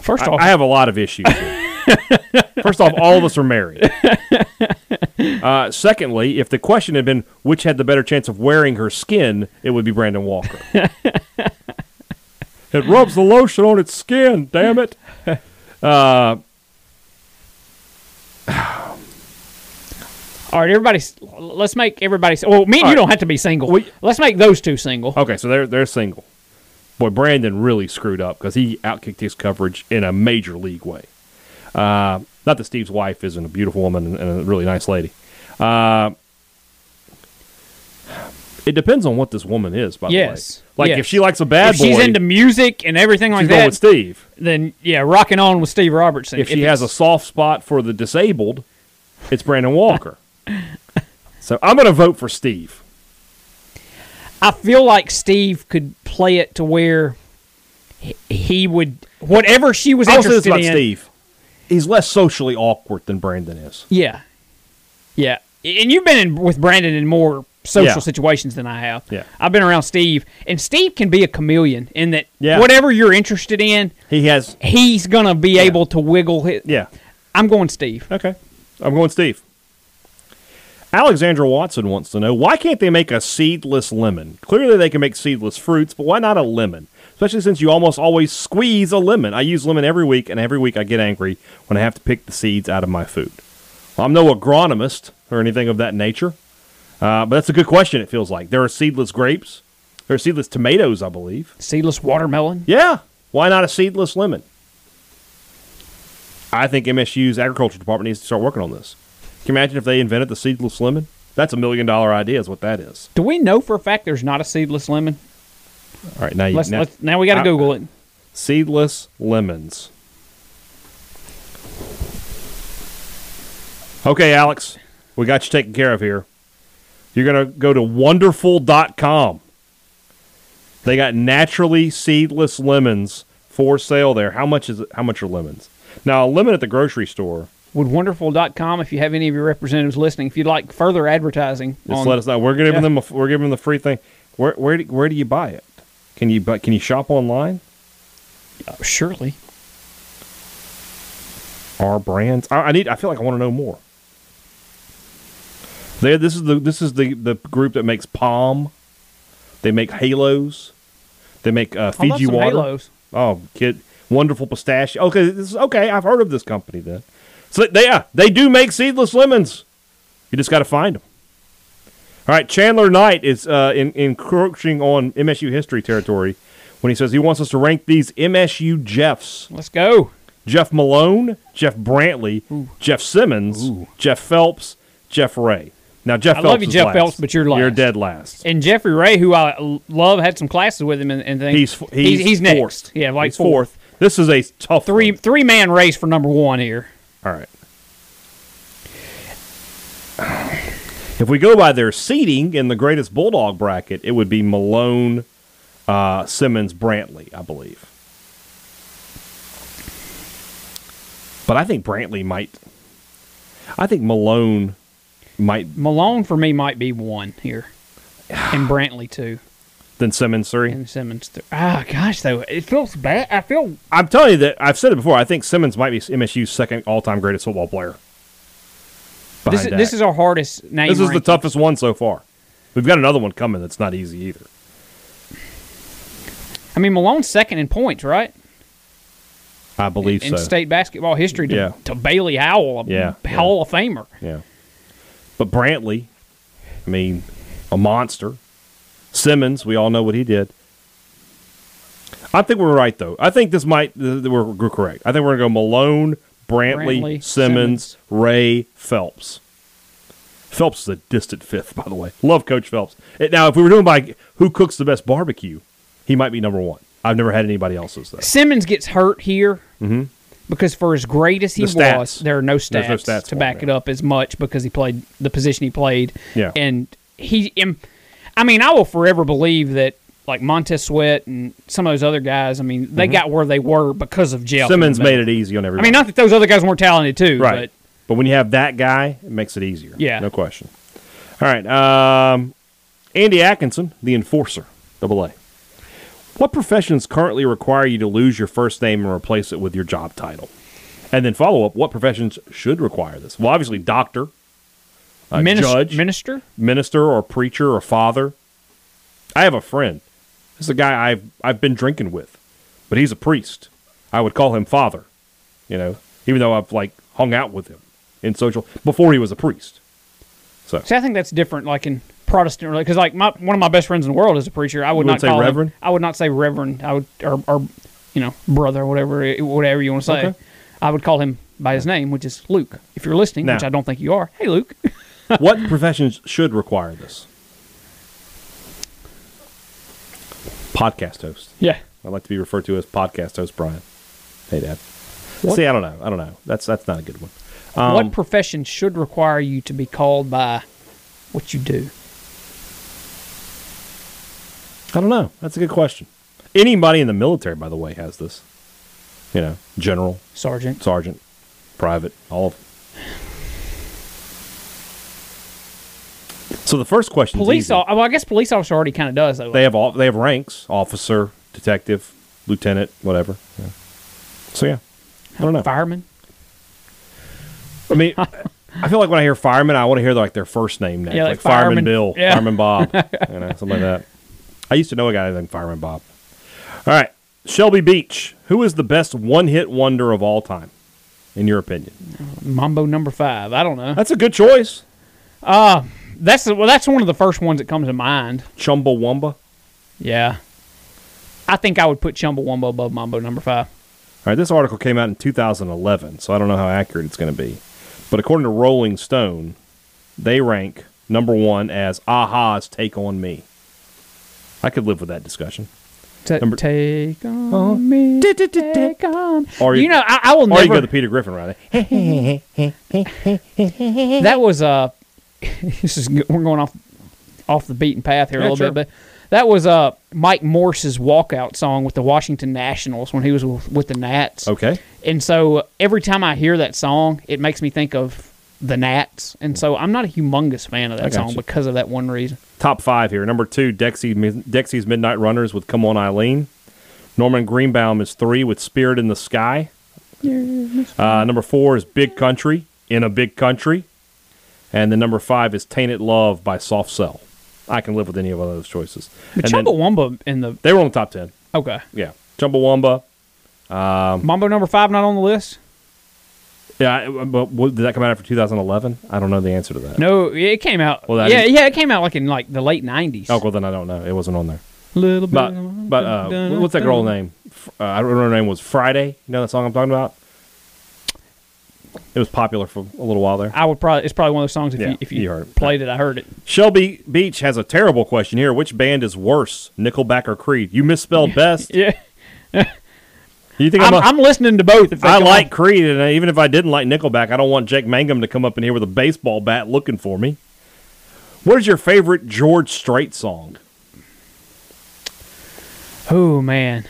First I, off, I have a lot of issues. here. First off, all of us are married. Uh, secondly, if the question had been which had the better chance of wearing her skin, it would be Brandon Walker. it rubs the lotion on its skin, damn it. all right, everybody, s- let's make everybody. s- Well, All me and you right. don't have to be single. We- Oh, let's make those two single. Okay, so they're they're single. Boy, Brandon really screwed up because he outkicked his coverage in a major league way. Uh, not that Steve's wife isn't a beautiful woman and- and a really nice lady. Uh, it depends on what this woman is, by Yes. the way. Like Yes. if she likes a bad if boy, she's into music and everything like she's that, going with Steve. then yeah, rocking on with Steve Robertson. If, she has a it's- soft spot for the disabled, it's Brandon Walker. so I'm going to vote for Steve. I feel like Steve could play it to where he- he would whatever she was I'll say this interested about in. Steve. He's less socially awkward than Brandon is. Yeah, yeah. And you've been in, with Brandon in more social Yeah. situations than I have. Yeah. I've been around Steve, and Steve can be a chameleon in that Yeah. whatever you're interested in, He has. he's gonna be able to wiggle. His, Yeah. I'm going Steve. Okay. I'm going Steve. Alexandra Watson wants to know why can't they make a seedless lemon? Clearly, they can make seedless fruits, but why not a lemon? Especially since you almost always squeeze a lemon. I use lemon every week, and every week I get angry when I have to pick the seeds out of my food. Well, I'm no agronomist or anything of that nature, uh, but that's a good question, it feels like. There are seedless grapes, there are seedless tomatoes, I believe. Seedless watermelon. Yeah. Why not a seedless lemon? I think MSU's agriculture department needs to start working on this. Can you imagine if they invented the seedless lemon? That's a million dollar idea, is what that is. Do we know for a fact there's not a seedless lemon? All right, now you Let's, now, let's, now we got to I- Google it. seedless lemons. Okay, Alex, we got you taken care of here. You're going to go to wonderful.com. They got naturally seedless lemons for sale there. How much is it? How much are lemons? Now, a lemon at the grocery store. Would wonderful.com, if you have any of your representatives listening, if you'd like further advertising Just on let us know. We're giving Yeah. them a, we're giving them the free thing. Where where do, where do you buy it? Can you buy, can you shop online? Oh, surely. our brands. I, I need. I feel like I want to know more. They, this is the this is the the group that makes palm. They make halos. They make uh, I love Fiji some water. halos. Oh, kid, wonderful pistachio. Okay, this is okay. I've heard of this company then. So they yeah, they do make seedless lemons. You just got to find them. All right, Chandler Knight is uh, in, encroaching on MSU history territory when he says he wants us to rank these MSU Jeffs. Let's go. Jeff Malone, Jeff Brantley, Jeff Simmons, Jeff Phelps, Jeff Ray. Now Jeff I Phelps love you, is Jeff last. Phelps, but you're You're last. dead last. And Jeffrey Ray, who I l- love, had some classes with him and, and things. He's f- he's, next. fourth. Yeah, like He's fourth. This is a tough Three one. three man race for number one here. All right. If we go by their seeding in the greatest Bulldog bracket, it would be Malone, uh, Simmons, Brantley, I believe. But I think Brantley might. I think Malone might Malone for me might be one here, and Brantley two, than Simmons three. and Simmons. Three. Ah, gosh though, it feels bad. I feel I'm telling you that I've said it before. I think Simmons might be MSU's second all-time greatest football player. this is, Behind this Dak. is our hardest name. This is the ranking. toughest one so far. We've got another one coming that's not easy either. I mean, Malone's second in points, right? I believe in so. state basketball history to, Yeah. to Bailey Howell, a Yeah, yeah. Hall of Famer. yeah. But Brantley, I mean, a monster. Simmons, we all know what he did. I think we're right though. I think this might th- th- we're, we're correct. I think we're gonna go Malone, Brantley, Brantley, Simmons, Ray, Phelps. Phelps is a distant fifth, by the way. Love Coach Phelps. Eh, Now, if we were doing by who cooks the best barbecue, he might be number one. I've never had anybody else's though. Simmons gets hurt here because for as great as he Mm-hmm. The stats. was, there are no no stats, stats for to him, back yeah. it up as much because he played the position he played. Yeah. and he, im- I mean, I will forever believe that like Montez Sweat and some of those other guys. I mean, they got where they were because of Jeff Mm-hmm. Simmons made it easy on I everybody. mean, not that those other guys weren't talented too, Right. But, when you have that guy, it makes it easier. Yeah. No question. All right. Um, Andy Atkinson, the enforcer, double A. What professions currently require you to lose your first name and replace it with your job title? And then follow up, what professions should require this? Well, obviously, doctor, But uh, Minis- judge, minister, minister, or preacher, or father. I have a friend. This is a guy I've, I've been drinking with, but he's a priest. I would call him father, you know, even though I've like hung out with him in social before he was a priest. So See, I think that's different. Like in Protestant, because like my one of my best friends in the world is a preacher. I would You not wouldn't say call him- reverend? I would not say reverend. I would or, or you know brother, whatever, it- whatever you want to say. Okay. I would call him by his name, which is Luke. If you're listening, Now- which I don't think you are. Hey, Luke. what professions should require this? Podcast host. yeah. I'd like to be referred to as podcast host Brian. Hey, Dad. See, I don't know. I don't know. That's that's not a good one. Um, what profession should require you to be called by what you do? I don't know. That's a good question. Anybody in the military, by the way, has this. You know, general, Sergeant. sergeant, private, all of 'em. So the first question Police. easy. Al- well, I guess police officer already kind of does though. they have all they have ranks officer detective lieutenant whatever Yeah. so yeah i don't know Fireman. i mean i feel like when i hear fireman i want to hear like their first name next Yeah, like, like fireman Fireman. bill Yeah. fireman bob you know something like that i used to know a guy named fireman bob all right shelby beach who is the best one-hit wonder of all time in your opinion Mambo number five. I don't know. that's a good choice That's well. That's one of the first ones that comes to mind. chumbawamba all Yeah. I think I would put Chumbawamba above Mambo number five. right this article came out in 2011 so i don't know how accurate it's going to be but according to rolling stone they rank number one as Aha's Take On Me. I could live with that discussion. Ta- Number- Uh-huh. take on me, take on. Or you you- know, I, I will Or you go never. the Peter Griffin route. that was uh, this is g- we're going off off the beaten path here Yeah, a little sure. bit, but that was uh Mike Morse's walkout song with the Washington Nationals when he was with, with the Nats. Okay. And so uh, every time I hear that song, it makes me think of the Nats. And so I'm not a humongous fan of I that got song you. because of that one reason. Top five here. Number two, Dexy, Dexy's Midnight Runners with Come On Eileen. Norman Greenbaum is three with Spirit in the Sky. Uh, number four is Big Country in a Big Country. And then number five is Tainted Love by Soft Cell. I can live with any of those choices. But And then- Chumbawamba in the they were on the top ten. okay Yeah. Chumbawamba. Mambo number five not on the list. Yeah, I- but what, did that come out after 2011? I don't know the answer to that. No, yeah, it came out. Well, that yeah, is- yeah, it came out like in like the late '90s. Oh, well, then I don't know. It wasn't on there. little bit. But of- but uh, what's that girl's name? F- Uh, I don't remember her name. Was Friday? You know that song I'm talking about? It was popular for a little while there. I would probably. It's probably one of those songs. If Yeah, you if you, you heard it. played it, I heard it. Shelby Beach has a terrible question here. Which band is worse, Nickelback or Creed? You misspelled best. Yeah, You think I'm, I'm, a- I'm listening to both. If they I come like on. Creed, and even if I didn't like Nickelback, I don't want Jake Mangum to come up in here with a baseball bat looking for me. What is your favorite George Strait song? Oh man.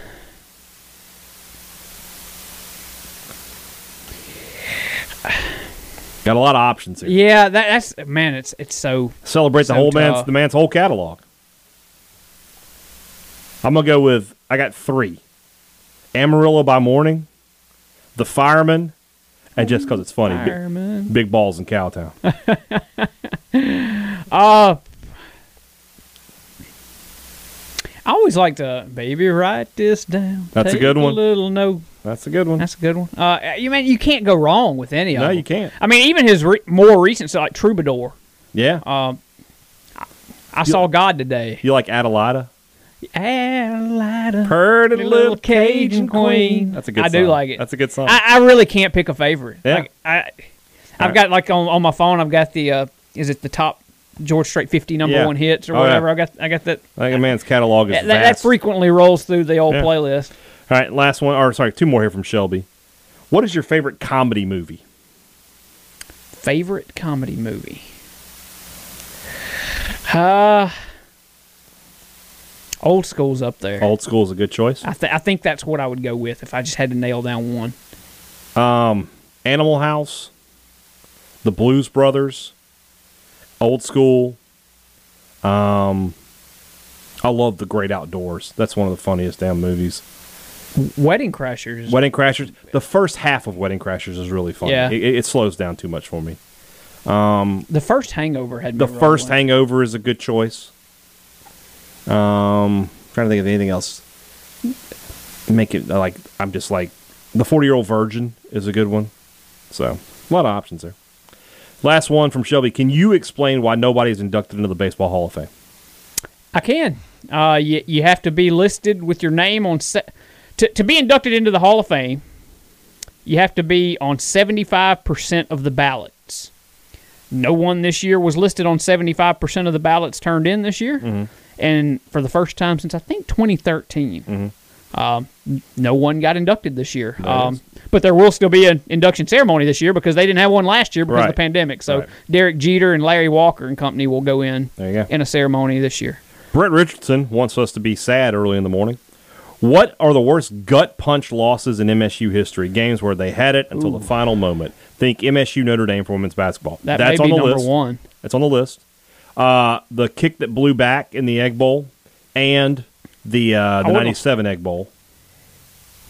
Got a lot of options here. Yeah, that, that's man. It's it's so celebrate the So whole man's tough. the man's whole catalog. I'm gonna go with I got three: Amarillo by Morning, The Fireman, and just because it's funny, Bi- Fireman. Big Balls in Cowtown. Uh, I always like to baby write this down. That's a Take good one. little note. That's a good one. That's a good one. Uh, you mean you can't go wrong with any of No, them. you can't. I mean, even his re- more recent, so like Troubadour. yeah, I saw God today. you like Adelida? Adelida, Heard pretty little Cajun queen. That's a good. I do song. like it. That's a good song. I, I really can't pick a favorite. Yeah. Like, I, I've right. got like on, on my phone. I've got the uh, is it the top George Strait 50 number Yeah. one hits or Oh, yeah. whatever. I got I got that. I think a man's catalog is That, that, vast. frequently rolls through the old Yeah. playlist. All right, last one. Or sorry, two more here from Shelby. What is your favorite comedy movie? Favorite comedy movie? Uh, old school's up there. Old School is a good choice. I, th- I think that's what I would go with if I just had to nail down one. Animal House, The Blues Brothers, Old School. Um, I love The Great Outdoors. That's one of the funniest damn movies. Wedding Crashers. Wedding Crashers. The first half of Wedding Crashers is really funny. Yeah. It, it slows down too much for me. The first Hangover had me The rolling. first Hangover is a good choice. Um, trying to think of anything else. Make it uh, like I'm just like the 40 year old virgin is a good one. So a lot of options there. Last one from Shelby. Can you explain why nobody is inducted into the Baseball Hall of Fame? I can. Uh, you, you have to be listed with your name on se- to to be inducted into the Hall of Fame. You have to be on seventy five percent of the ballots. No one this year was listed on seventy five percent of the ballots turned in this year, Mm-hmm. and for the first time since I think twenty Mm-hmm. Um, no one got inducted this year, um, but there will still be an induction ceremony this year because they didn't have one last year because Right. of the pandemic. So Right. Derek Jeter and Larry Walker and company will go in There you go. in a ceremony this year. Brett Richardson wants us to be sad early in the morning. What are the worst gut punch losses in MSU history? Games where they had it until the final moment. Think MSU Notre Dame for women's basketball. That That's may be on the number list. one. That's on the list. Uh, the kick that blew back in the Egg Bowl and the uh, the wouldn't- '97 Egg Bowl. Um,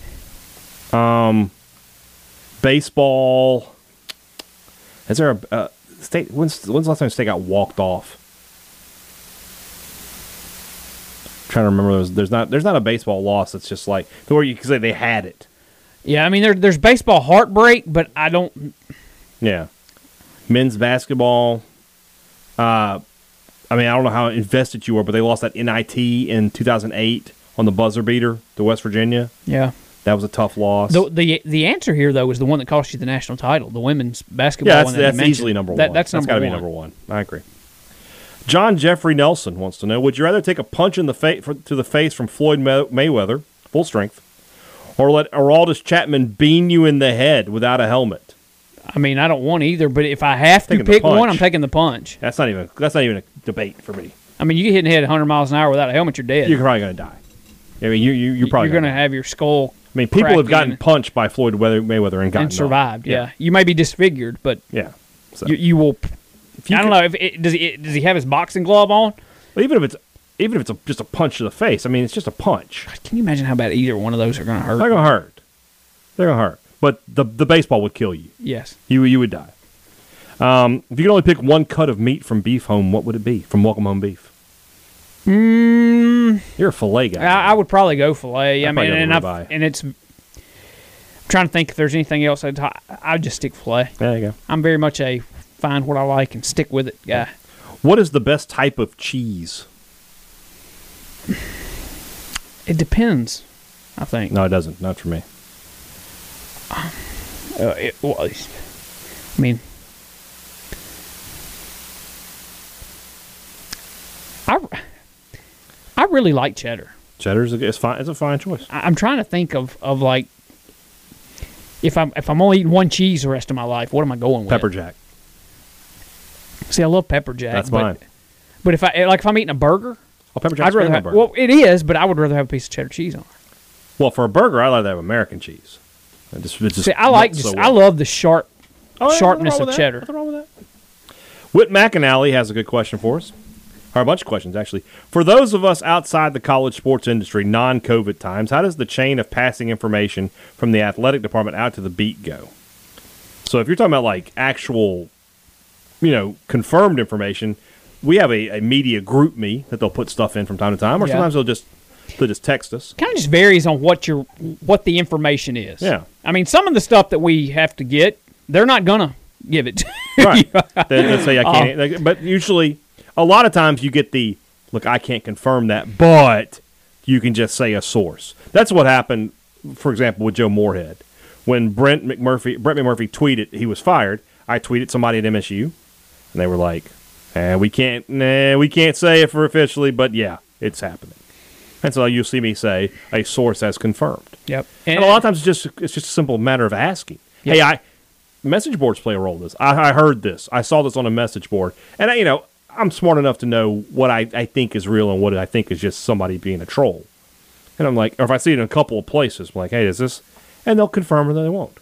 baseball. Is there a uh, state? When's when's the last time state got walked off? trying to remember those. There's not there's not a baseball loss. It's just like the where you can say they had it. Yeah, I mean there, there's baseball heartbreak, but I don't. Yeah. Men's basketball. Uh, I mean, I don't know how invested you were, but they lost that NIT in 2008 on the buzzer beater to West Virginia. Yeah. That was a tough loss. The, the the answer here though is the one that cost you the national title, the women's basketball. yeah, that's, one that you that's mentioned. easily number one. That, that's that's number got to be one. number one. I agree. John Jeffrey Nelson wants to know: Would you rather take a punch in the face to the face from Floyd May- Mayweather, full strength, or let Araldus Chapman bean you in the head without a helmet? I mean, I don't want either, but if I have Taking to the pick one, punch. I'm taking the punch. That's not even that's not even a debate for me. I mean, you get hit in the head 100 miles an hour without a helmet, you're dead. You're probably going to die. I mean, you you you're probably you're going to gonna- have your skull. I mean, people have cracked gotten in punched by Floyd Weather- Mayweather and gotten up. and survived. Yeah. you may be disfigured, but yeah. So you, you will. you I don't could- know if it, does. It, does he have his boxing glove on? Well, even if it's even if it's a, just a punch to the face, I mean, it's just a punch. Can you imagine how bad either one of those are going to hurt? They're gonna hurt. They're gonna hurt. But the the baseball would kill you. yes, You you would die. Um, if you could only pick one cut of meat from beef home, what would it be? From welcome home beef. Mm. You're a fillet guy. I, I would probably go filet. I'd I, probably mean, go and the I ribeye. and it's. I'm trying to think if there's anything else. I'd, I'd just stick filet. there you go. I'm very much a find what I like and stick with it guy. What is the best type of cheese? It depends. I think. No, it doesn't. Not for me. Uh, it, well, it's- I mean, I, I really like cheddar. Cheddar's a, it's fine. It's a fine choice. I, I'm trying to think of, of like if I'm if I'm only eating one cheese the rest of my life, what am I going with? Pepper jack. See, I love pepper jack. That's but, mine. But if I eh, like if I'm eating a burger, Oh, pepper jack's I'd great rather on a have, burger. well it is, but I would rather have a piece of cheddar cheese on. it. Well, for a burger, I like to have American cheese. It just, it just See, I like melts just so I well. love the sharp Oh, yeah, sharpness nothing wrong of with that. cheddar. Nothing wrong with that. Whit McAnally has a good question for us, or a bunch of questions actually. For those of us outside the college sports industry, non-COVID times, how does the chain of passing information from the athletic department out to the beat go? So, if you're talking about like actual, you know, confirmed information, we have a, a media group me that they'll put stuff in from time to time, or Yeah. sometimes they'll just they'll just text us. kind of just varies on what your what the information is. Yeah. I mean, some of the stuff that we have to get, they're not gonna give it. to you. right. They, they say I can't. like, but usually, a lot of times you get the look. I can't confirm that, but you can just say a source. That's what happened. For example, with Joe Moorhead, when Brent McMurphy, Brent McMurphy tweeted he was fired. I tweeted somebody at MSU, and they were like, eh, "We can't, nah, we can't say it for officially, but yeah, it's happening." And so you'll see me say a source has confirmed. Yep. And, a lot of times it's just it's just a simple matter of asking. Yeah. Hey, I message boards play a role in this. I, I heard this. I saw this on a message board, and I, you know I'm smart enough to know what I, I think is real and what I think is just somebody being a troll. And I'm like, or if I see it in a couple of places, I'm like, hey, is this? And they'll confirm or they won't.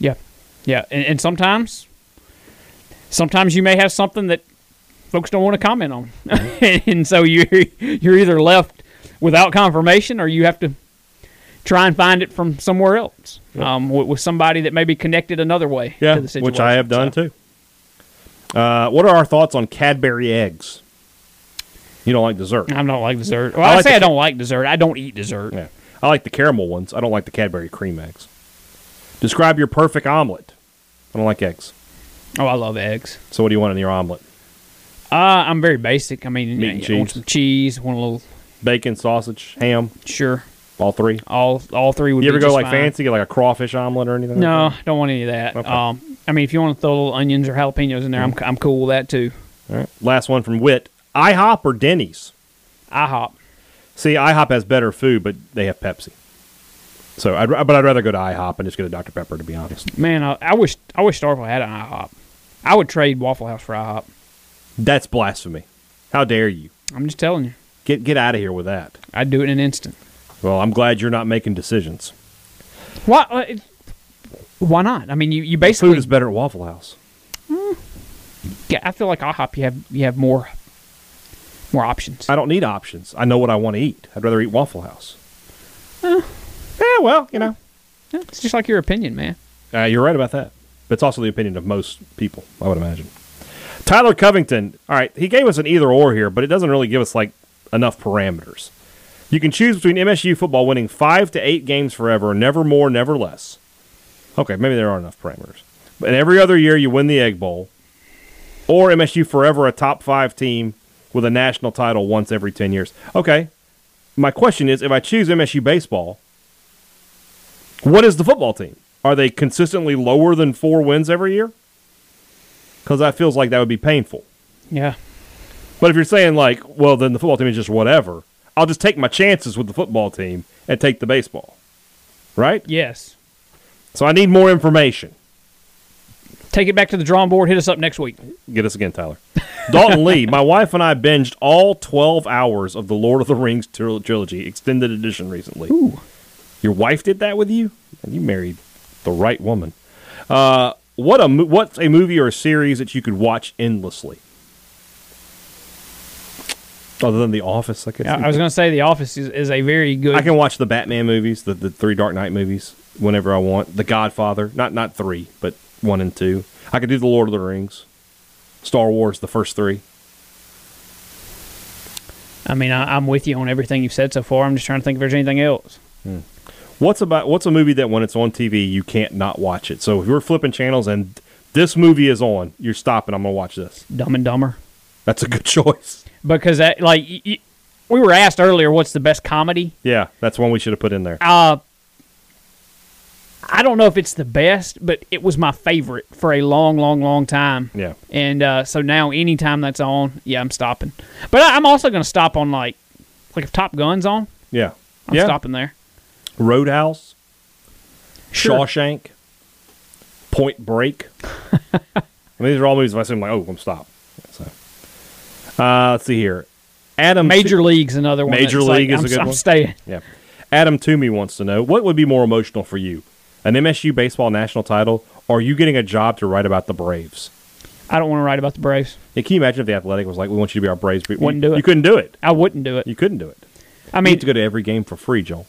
Yeah. Yeah. And, and sometimes, sometimes you may have something that folks don't want to comment on, Mm-hmm. and so you you're either left without confirmation or you have to try and find it from somewhere else, um, with, with somebody that may be connected another way. Yeah, to the situation. which I have done too. Uh, what are our thoughts on Cadbury eggs? You don't like dessert. I don't like dessert. Well, I I, like say the- I don't like dessert. I don't eat dessert. Yeah. I like the caramel ones. I don't like the Cadbury cream eggs. Describe your perfect omelet. I don't like eggs. Oh, I love eggs. So what do you want in your omelet? Uh, I'm very basic. I mean, Meat and yeah, I want cheese. some cheese, want a little Bacon, sausage, ham, sure. all three. All all three would You be ever go just like fine. fancy, get like a crawfish omelet or anything? No, Like don't want any of that. Okay. Mm-hmm. Um, I mean, if you want to throw little onions or jalapenos in there, I'm I'm cool with that too. that? All right. Last one from Wit. IHOP or Denny's? IHOP. See, IHOP has better food, but they have Pepsi. So, I'd, but I'd rather go to IHOP and just get a Dr Pepper. To be honest, Man, I, I wish I wish Starville had an IHOP. I would trade Waffle House for IHOP. that's blasphemy. How dare you? I'm just telling you, Get get out of here with that. I'd do it in an instant. Well, I'm glad you're not making decisions. Why? uh, it- Why not? I mean, you, you Food basically. is better at Waffle House. yeah, I feel like IHOP. You have you have more more options. I don't need options. I know what I want to eat. I'd rather eat Waffle House. yeah, well, you know, Yeah, It's just like your opinion, man. uh, you're right about that. But it's also the opinion of most people, I would imagine. Tyler Covington. All right, he gave us an either or here, but it doesn't really give us like enough parameters. You can choose between MSU football winning five to eight games forever, never more, never less. Okay, maybe there are enough parameters. But every other year you win the Egg Bowl, or MSU forever a top five team with a national title once every 10 years. Okay, my question is if I choose MSU baseball, what is the football team? Are they consistently lower than four wins every year? Because that feels like that would be painful. Yeah. But if you're saying like, well, then the football team is just whatever. I'll just take my chances with the football team and take the baseball, right? Yes. So I need more information. Take it back to the drawing board. Hit us up next week. Get us again, Tyler. Dalton Lee, my wife and I binged all 12 hours of the Lord of the Rings tril- trilogy extended edition recently. Ooh. Your wife did that with you? You married the right woman. Uh, what a mo- what's a movie or a series that you could watch endlessly? Other than The Office, I guess. I I was going to say the office is, is a very good. I can watch the Batman movies, the, the three Dark Knight movies, whenever I want. The Godfather, not not three, but one and two. I could do the Lord of the Rings, Star Wars, the first three. I mean, I, I'm with you on everything you've said so far. I'm just trying to think if there's anything else. What's about what's a movie that when it's on TV you can't not watch it? So if you're flipping channels and this movie is on, you're stopping. I'm gonna watch this. Dumb and Dumber. That's a good choice. Because that, like, y- y- we were asked earlier, what's the best comedy? Yeah, that's one we should have put in there. Uh, I don't know if it's the best, but it was my favorite for a long, long, long time. Yeah. And uh, so now, anytime that's on, yeah, I'm stopping. But I, I'm also going to stop on like, like if Top Gun's on, Yeah. I'm yeah. stopping there. Roadhouse, Sure. Shawshank, Point Break. I mean, these are all movies. If I see them, like, oh, I'm stop. So, uh, let's see here. Adam Major League's another one. Major that's like, League is I'm, a good I'm one. staying. Yeah. Adam Toomey wants to know what would be more emotional for you, an MSU baseball national title, or you getting a job to write about the Braves? I don't want to write about the Braves. Yeah, can you imagine if the Athletic was like, "We want you to be our Braves"? But Wouldn't you, do it. You couldn't do it. I wouldn't do it. You couldn't do it. I you mean, need to go to every game for free, Joel.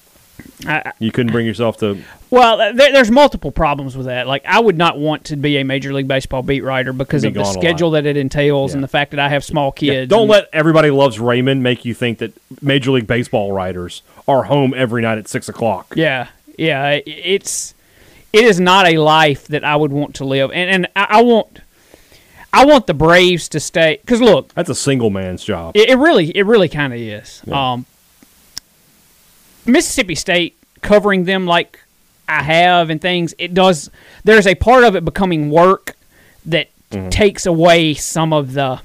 I- you couldn't bring yourself to. Well, there, there's multiple problems with that. Like, I would not want to be a Major League Baseball beat writer because Be of the gone a lot. schedule that it entails Yeah. and the fact that I have small kids. Yeah, don't and- let everybody loves Raymond make you think that Major League Baseball writers are home every night at six o'clock. Yeah, yeah. it- It's it is not a life that I would want to live, and and I, I want I want the Braves to stay because look, That's a single man's job. it, it really it really kind of is. Um, Mississippi State covering them like I have and things. It does. There's a part of it becoming work that takes away some of the.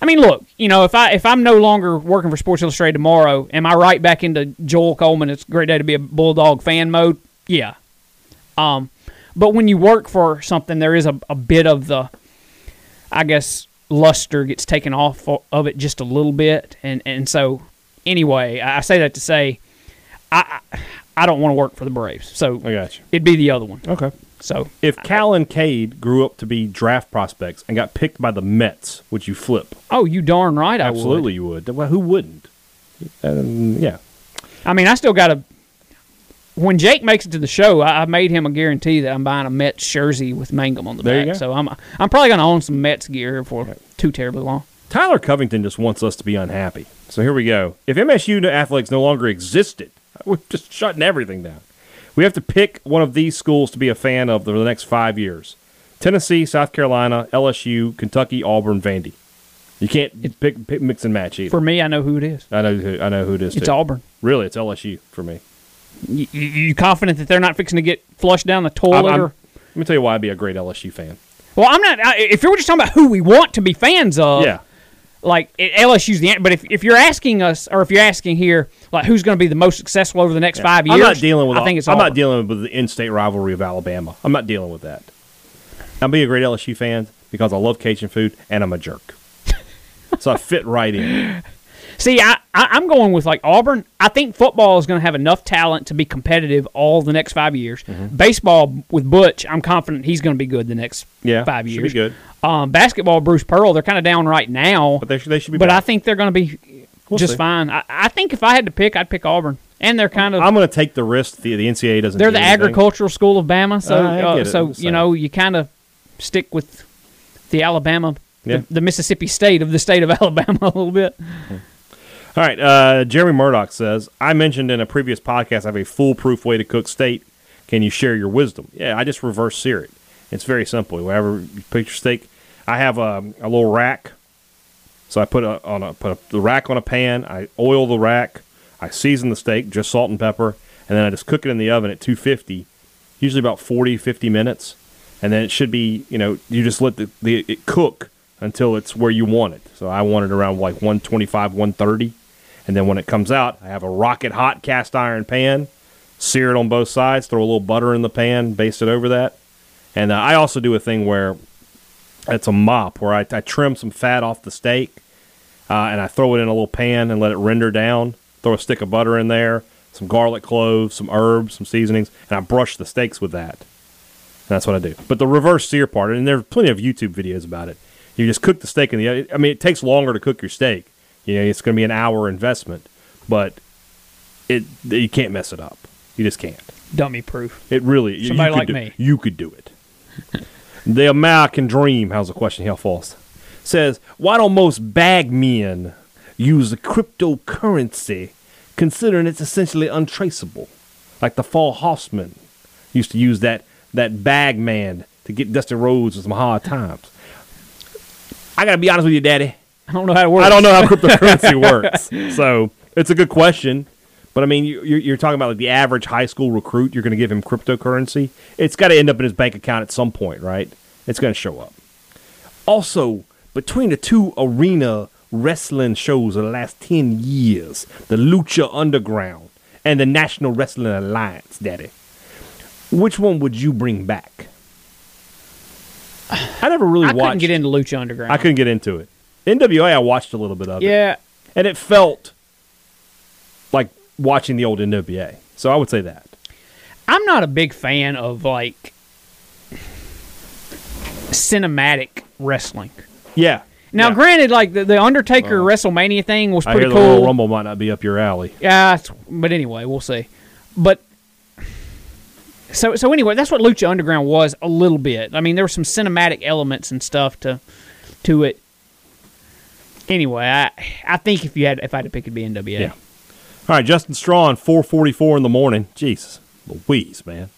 I mean, look, you know, if I if I'm no longer working for Sports Illustrated tomorrow, am I right back into Joel Coleman? It's a great day to be a Bulldog fan mode. Yeah. Um, but when you work for something, there is a, a bit of the, I guess, luster gets taken off o- of it just a little bit, and and so anyway, I I say that to say, I I, I don't want to work for the Braves, so I got you. it'd be the other one. Okay. So If Cal and Cade grew up to be draft prospects and got picked by the Mets, would you flip? oh, you darn right, I Absolutely, you would. Well, who wouldn't? Um, yeah. would. I mean, I still got to. When Jake makes it to the show, I, I made him a guarantee that I'm buying a Mets jersey with Mangum on the There you back. go. So I'm I'm probably going to own some Mets gear for too terribly long. Tyler Covington just wants us to be unhappy. So here we go. If MSU athletics no longer existed, we're just shutting everything down. We have to pick one of these schools to be a fan of for the next five years Tennessee, South Carolina, LSU, Kentucky, Auburn, Vandy. You can't pick, pick mix and match either. For me, I know who it is. I know who, I know who it is. It's too. Auburn. Really, it's LSU for me. You, you, you confident that they're not fixing to get flushed down the toilet? I'm- I'm- or, let me tell you why I'd be a great LSU fan. well, I'm not. I, if you're just talking about who we want to be fans of, yeah. like it, LSU's the. an- But if, if you're asking us, or if you're asking here, like who's going to be the most successful over the next five years? I'm not dealing with. I think it's. I'm Auburn. not dealing with the in-state rivalry of Alabama. I'm not dealing with that. I'm being a great LSU fan because I love Cajun food and I'm a jerk, so I fit right in. See, I, I I'm going with like Auburn. I think football is going to have enough talent to be competitive all the next five years. Mm-hmm. Baseball with Butch, I'm confident he's going to be good the next Yeah, five should be years. good. Um, basketball, Bruce Pearl, they're kind of down right now, But they should, they should be. but I back. think they're going to be We'll just see. fine. I, I think if I had to pick, I'd pick Auburn, and they're kind of I'm going to take the risk. The, the NCAA doesn't. they're do the anything. agricultural school of Bama, so Uh, I uh, get it. so It's you fine. know you kind of stick with the Alabama, Yeah. the, the Mississippi state of the state of Alabama a little bit. All right. Uh, Jeremy Murdoch says, I mentioned in a previous podcast I have a foolproof way to cook steak. Can you share your wisdom? Yeah, I just reverse sear it. It's very simple. Whenever you put your steak, I have um, a little rack. So I put a, on a, put a, the rack on a pan. I oil the rack. I season the steak, just salt and pepper, and then I just cook it in the oven at 250, usually about 40, 50 minutes, and then it should be you know you just let the, the it cook until it's where you want it. So I want it around like 125, 130, and then when it comes out, I have a rocket hot cast iron pan, sear it on both sides, throw a little butter in the pan, baste it over that, and uh, I also do a thing where it's a mop where I, I trim some fat off the steak uh, and I throw it in a little pan and let it render down. Throw a stick of butter in there, some garlic cloves, some herbs, some seasonings, and I brush the steaks with that. And that's what I do. But the reverse sear part, and there are plenty of YouTube videos about it. You just cook the steak in the. I mean, it takes longer to cook your steak. You know, it's going to be an hour investment, but it you can't mess it up. You just can't. Dummy proof. It really. you- you Somebody could like do- me. You could do it. the American dream. How's the question? How false? Says why don't most bag men use the cryptocurrency, considering it's essentially untraceable? Like the Fall Hoffman used to use that that bag man to get Dusty Rhodes with some hard times. I gotta be honest with you, Daddy. I don't know how it works. I don't know how cryptocurrency works. So it's a good question. But I mean, you- you're, you're talking about like the average high school recruit. You're going to give him cryptocurrency. It's got to end up in his bank account at some point, right? It's going to show up. Also, between the two arena wrestling shows of the last 10 years, the Lucha Underground and the National Wrestling Alliance, Daddy, which one would you bring back? I never really I watched. couldn't get into Lucha Underground. I couldn't get into it. NWA, I watched a little bit of it Yeah, and it felt like watching the old NWA. So I would say that. I'm not a big fan of like cinematic wrestling. Yeah. Now, yeah. Uh, granted, like the, the Undertaker WrestleMania thing was I pretty hear the cool. Royal Rumble might not be up your alley. Yeah, it's- but anyway, we'll see. But so so anyway, that's what Lucha Underground was a little bit. I mean, there were some cinematic elements and stuff to to it. Anyway, I I think if you had if I had to pick, it'd be NWA. Yeah. All right, Justin Strawn, 444 in the morning. Jesus, Louise, man.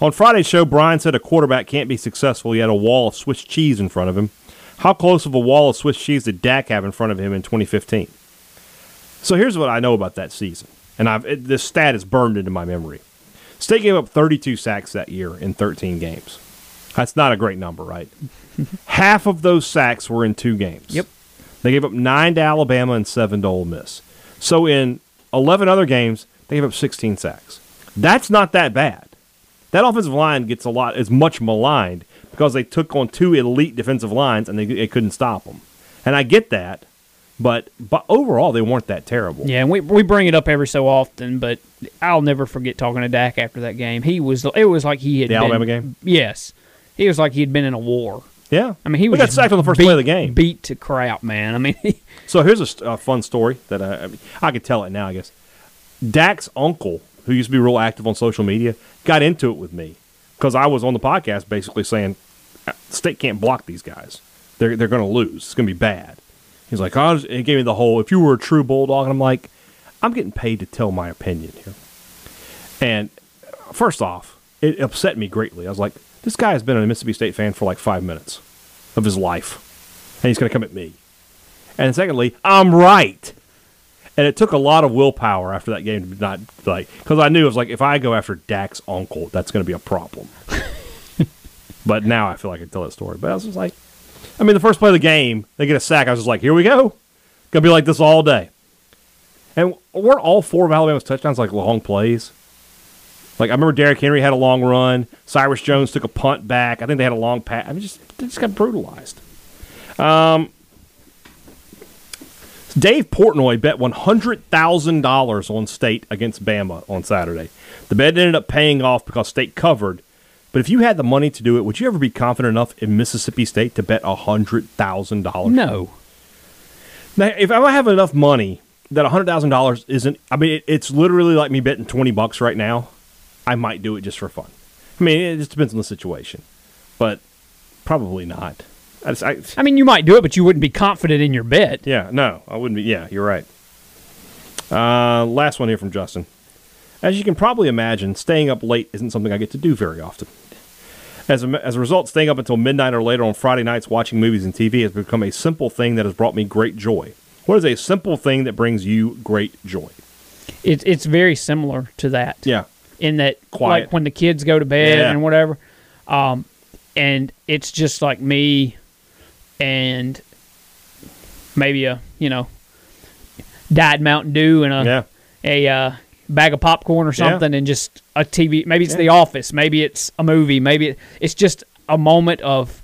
On Friday's show, Brian said a quarterback can't be successful. He had a wall of Swiss cheese in front of him. How close of a wall of Swiss cheese did Dak have in front of him in 2015? So here's what I know about that season, and I've it, this stat is burned into my memory. State gave up 32 sacks that year in 13 games. That's not a great number, right? Half of those sacks were in two games. Yep. They gave up nine to Alabama and seven to Ole Miss. So in 11 other games, they gave up 16 sacks. That's not that bad. That offensive line gets a lot, is much maligned because they took on two elite defensive lines and they, they couldn't stop them. And I get that, but, but overall, they weren't that terrible. Yeah, and we we bring it up every so often, but I'll never forget talking to Dak after that game. He was it was like he had The been- Alabama game? Yes, he was like he had been in a war. Yeah. I mean, he We was got just sacked on the first beat, play of the game. beat to crap, man. I mean, So here's a, st- a fun story that uh, I, I, mean, I could tell it now, I guess. Dak's uncle, who used to be real active on social media, got into it with me because I was on the podcast basically saying, uh, State can't block these guys. They're, they're going to lose. It's going to be bad. He's like, oh, it gave me the whole, if you were a true Bulldog. And I'm like, I'm getting paid to tell my opinion here. And uh, first off, it upset me greatly. I was like, this guy has been a Mississippi State fan for like five minutes of his life, and he's going to come at me. And secondly, I'm right. And it took a lot of willpower after that game to not like because I knew it was like if I go after Dak's uncle, that's going to be a problem. but now I feel like I can tell that story. But I was just like, I mean, the first play of the game, they get a sack. I was just like, here we go, gonna be like this all day. And weren't all four of Alabama's touchdowns like long plays? Like I remember Derrick Henry had a long run. Cyrus Jones took a punt back. I think they had a long pass. I mean, just they just got brutalized. Um, Dave Portnoy bet $100,000 on State against Bama on Saturday. The bet ended up paying off because State covered. But if you had the money to do it, would you ever be confident enough in Mississippi State to bet $100,000? No. Now, if I have enough money that $100,000 isn't, I mean, it, it's literally like me betting 20 bucks right now, I might do it just for fun. I mean, it just depends on the situation, but probably not. I just, I, I mean, you might do it, but you wouldn't be confident in your bet. yeah, no, I wouldn't be. Yeah, you're right. Uh, last one here from Justin. As you can probably imagine, staying up late isn't something I get to do very often. As a, as a result, staying up until midnight or later on Friday nights watching movies and TV has become a simple thing that has brought me great joy. What is a simple thing that brings you great joy? It, it's very similar to that. Yeah. in that Quiet. like when the kids go to bed Yeah. and whatever. Um, and it's just like me and maybe a you know dyed Mountain Dew and a Yeah. a uh, bag of popcorn or Yeah. something, and just a TV. Maybe it's Yeah. The Office. Maybe it's a movie. Maybe it, it's just a moment of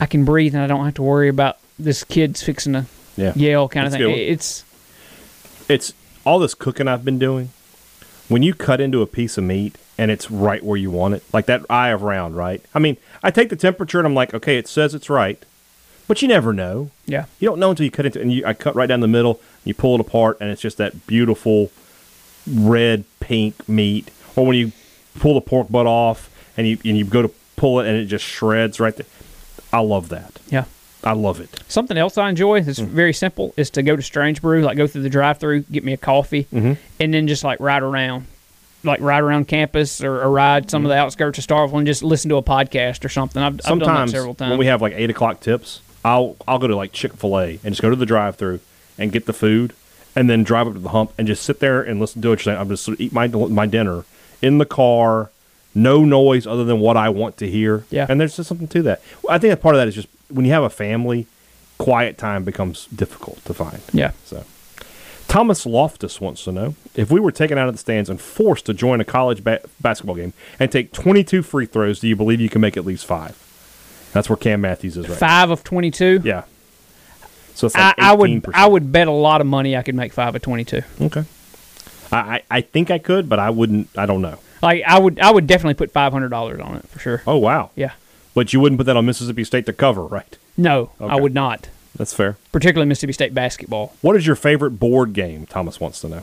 I can breathe and I don't have to worry about this kid's fixing to Yeah. yell kind That's of a good thing. one. It's It's all this cooking I've been doing. When you cut into a piece of meat and it's right where you want it, like that eye of round, right? I mean, I take the temperature and I'm like, okay, it says it's right, but you never know. yeah. You don't know until you cut into it. And you, I cut right down the middle, and you pull it apart, and it's just that beautiful red pink meat. Or when you pull the pork butt off and you, and you go to pull it and it just shreds right there. I love that. Yeah. I love it. Something else I enjoy Mm. that's very simple is to go to Strange Brew, like go through the drive-through, get me a coffee, Mm-hmm. and then just like ride around, like ride around campus or, or ride Mm-hmm. some of the outskirts of Starville and just listen to a podcast or something. I've, I've done that sometimes several times. when we have like eight o'clock tips, I'll I'll go to like Chick Fil A and just go to the drive through and get the food, and then drive up to the hump and just sit there and listen to it. I'm just sort of eat my my dinner in the car, no noise other than what I want to hear. Yeah. and there's just something to that. I think that part of that is just when you have a family, quiet time becomes difficult to find. yeah, So, Thomas Loftus wants to know if we were taken out of the stands and forced to join a college ba- basketball game and take 22 free throws, do you believe you can make at least five? That's where Cam Matthews is right. now. five of twenty-two. Yeah. So it's I, like I would 18%. I would bet a lot of money I could make five of twenty-two. Okay. I, I, I think I could, but I wouldn't. I don't know. Like I would I would definitely put five hundred dollars on it for sure. Oh, wow. Yeah, But you wouldn't put that on Mississippi State to cover, right? no, I Okay. would not. That's fair. Particularly Mississippi State basketball. What is your favorite board game? Thomas wants to know.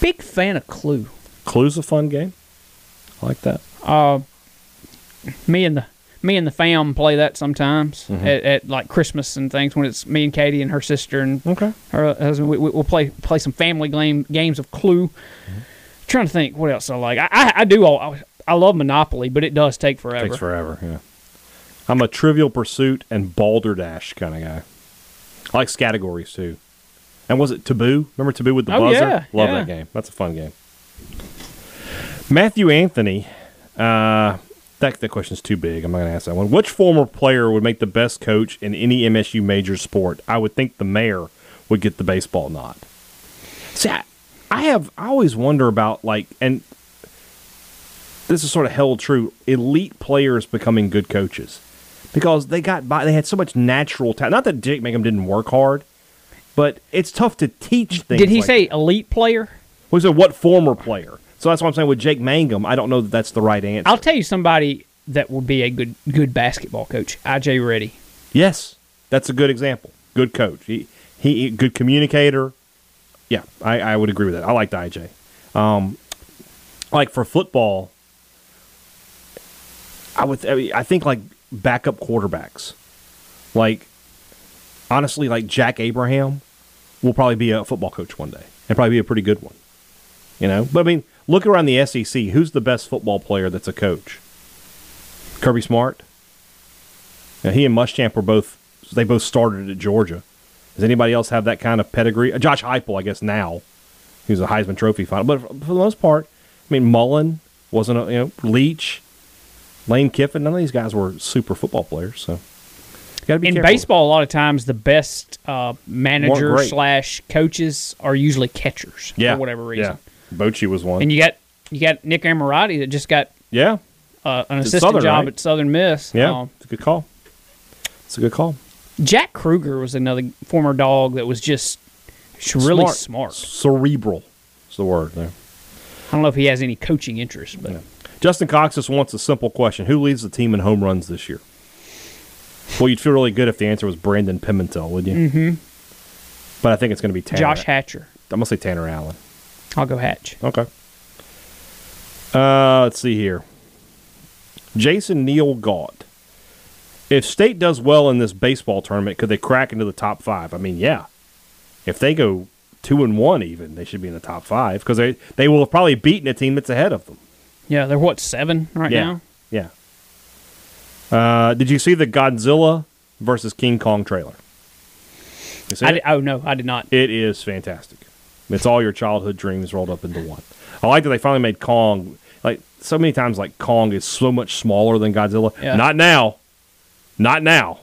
Big fan of Clue. Clue's a fun game. I like that. me and the me and the fam play that sometimes Mm-hmm. at, at like Christmas and things when it's me and Katie and her sister and Okay. her husband. We, we, we'll play play some family game games of Clue. Mm-hmm. Trying to think what else I like. I I, I do all. I, I love Monopoly, but it does take forever. Takes forever. Yeah. I'm a Trivial Pursuit and Balderdash kind of guy. I like categories too. And was it Taboo? Remember Taboo with the Oh, buzzer? yeah, Love yeah. that game. That's a fun game. Matthew Anthony. Uh, that that question's too big. I'm not gonna ask that one. Which former player would make the best coach in any MSU major sport? I would think the mayor would get the baseball nod. See, I, I have I always wonder about like and this is sort of held true elite players becoming good coaches because they got by they had so much natural talent not that jake Mangum didn't work hard but it's tough to teach things Did he like- say elite player? well, he said what former player so that's what i'm saying with jake mangum i don't know that that's the right answer I'll tell you somebody that would be a good good basketball coach. IJ Reddy. yes that's a good example good coach he, he good communicator yeah I, I would agree with that i liked ij um, like for football I would. I, mean, I think like backup quarterbacks, like honestly, like Jack Abraham will probably be a football coach one day and probably be a pretty good one. You know, but I mean, look around the SEC. Who's the best football player that's a coach? Kirby Smart. Now, he and Muschamp were both. They both started at Georgia. Does anybody else have that kind of pedigree? Uh, Josh Heupel, I guess now, he's a Heisman Trophy final. But for for the most part, I mean, Mullen wasn't. A, you know, Leach. Lane Kiffin. None of these guys were super football players, so got to be in careful. baseball, a lot of times the best uh, manager great. slash coaches are usually catchers Yeah, for whatever reason. Yeah. Bochy was one. And you got you got Nick Amorati that just got yeah, uh, an assistant Southern, job right? at Southern Miss. Yeah, Um, it's a good call. It's a good call. Jack Kruger was another former dog that was just sh- really smart. Cerebral is the word there. I don't know if he has any coaching interest, but Justin Cox just wants a simple question. Who leads the team in home runs this year? Well, you'd feel really good if the answer was Brandon Pimentel, would you? Mm-hmm. But I think it's going to be Tanner. Mm-hmm. Josh Hatcher. I'm going to say Tanner Allen. I'll go Hatch. Okay. Uh, let's see here. Jason Neal Gaud. If State does well in this baseball tournament, could they crack into the top five? I mean, yeah. If they go two and one, even they should be in the top five because they they will have probably beaten a team that's ahead of them. Yeah, they're what seven right yeah, now. yeah. Uh, did you see the Godzilla versus King Kong trailer? You see I it? di- oh no, I did not. It is fantastic. It's all your childhood dreams rolled up into one. I like that they finally made Kong. Like so many times, like Kong is so much smaller than Godzilla. Yeah. Not now. Not now.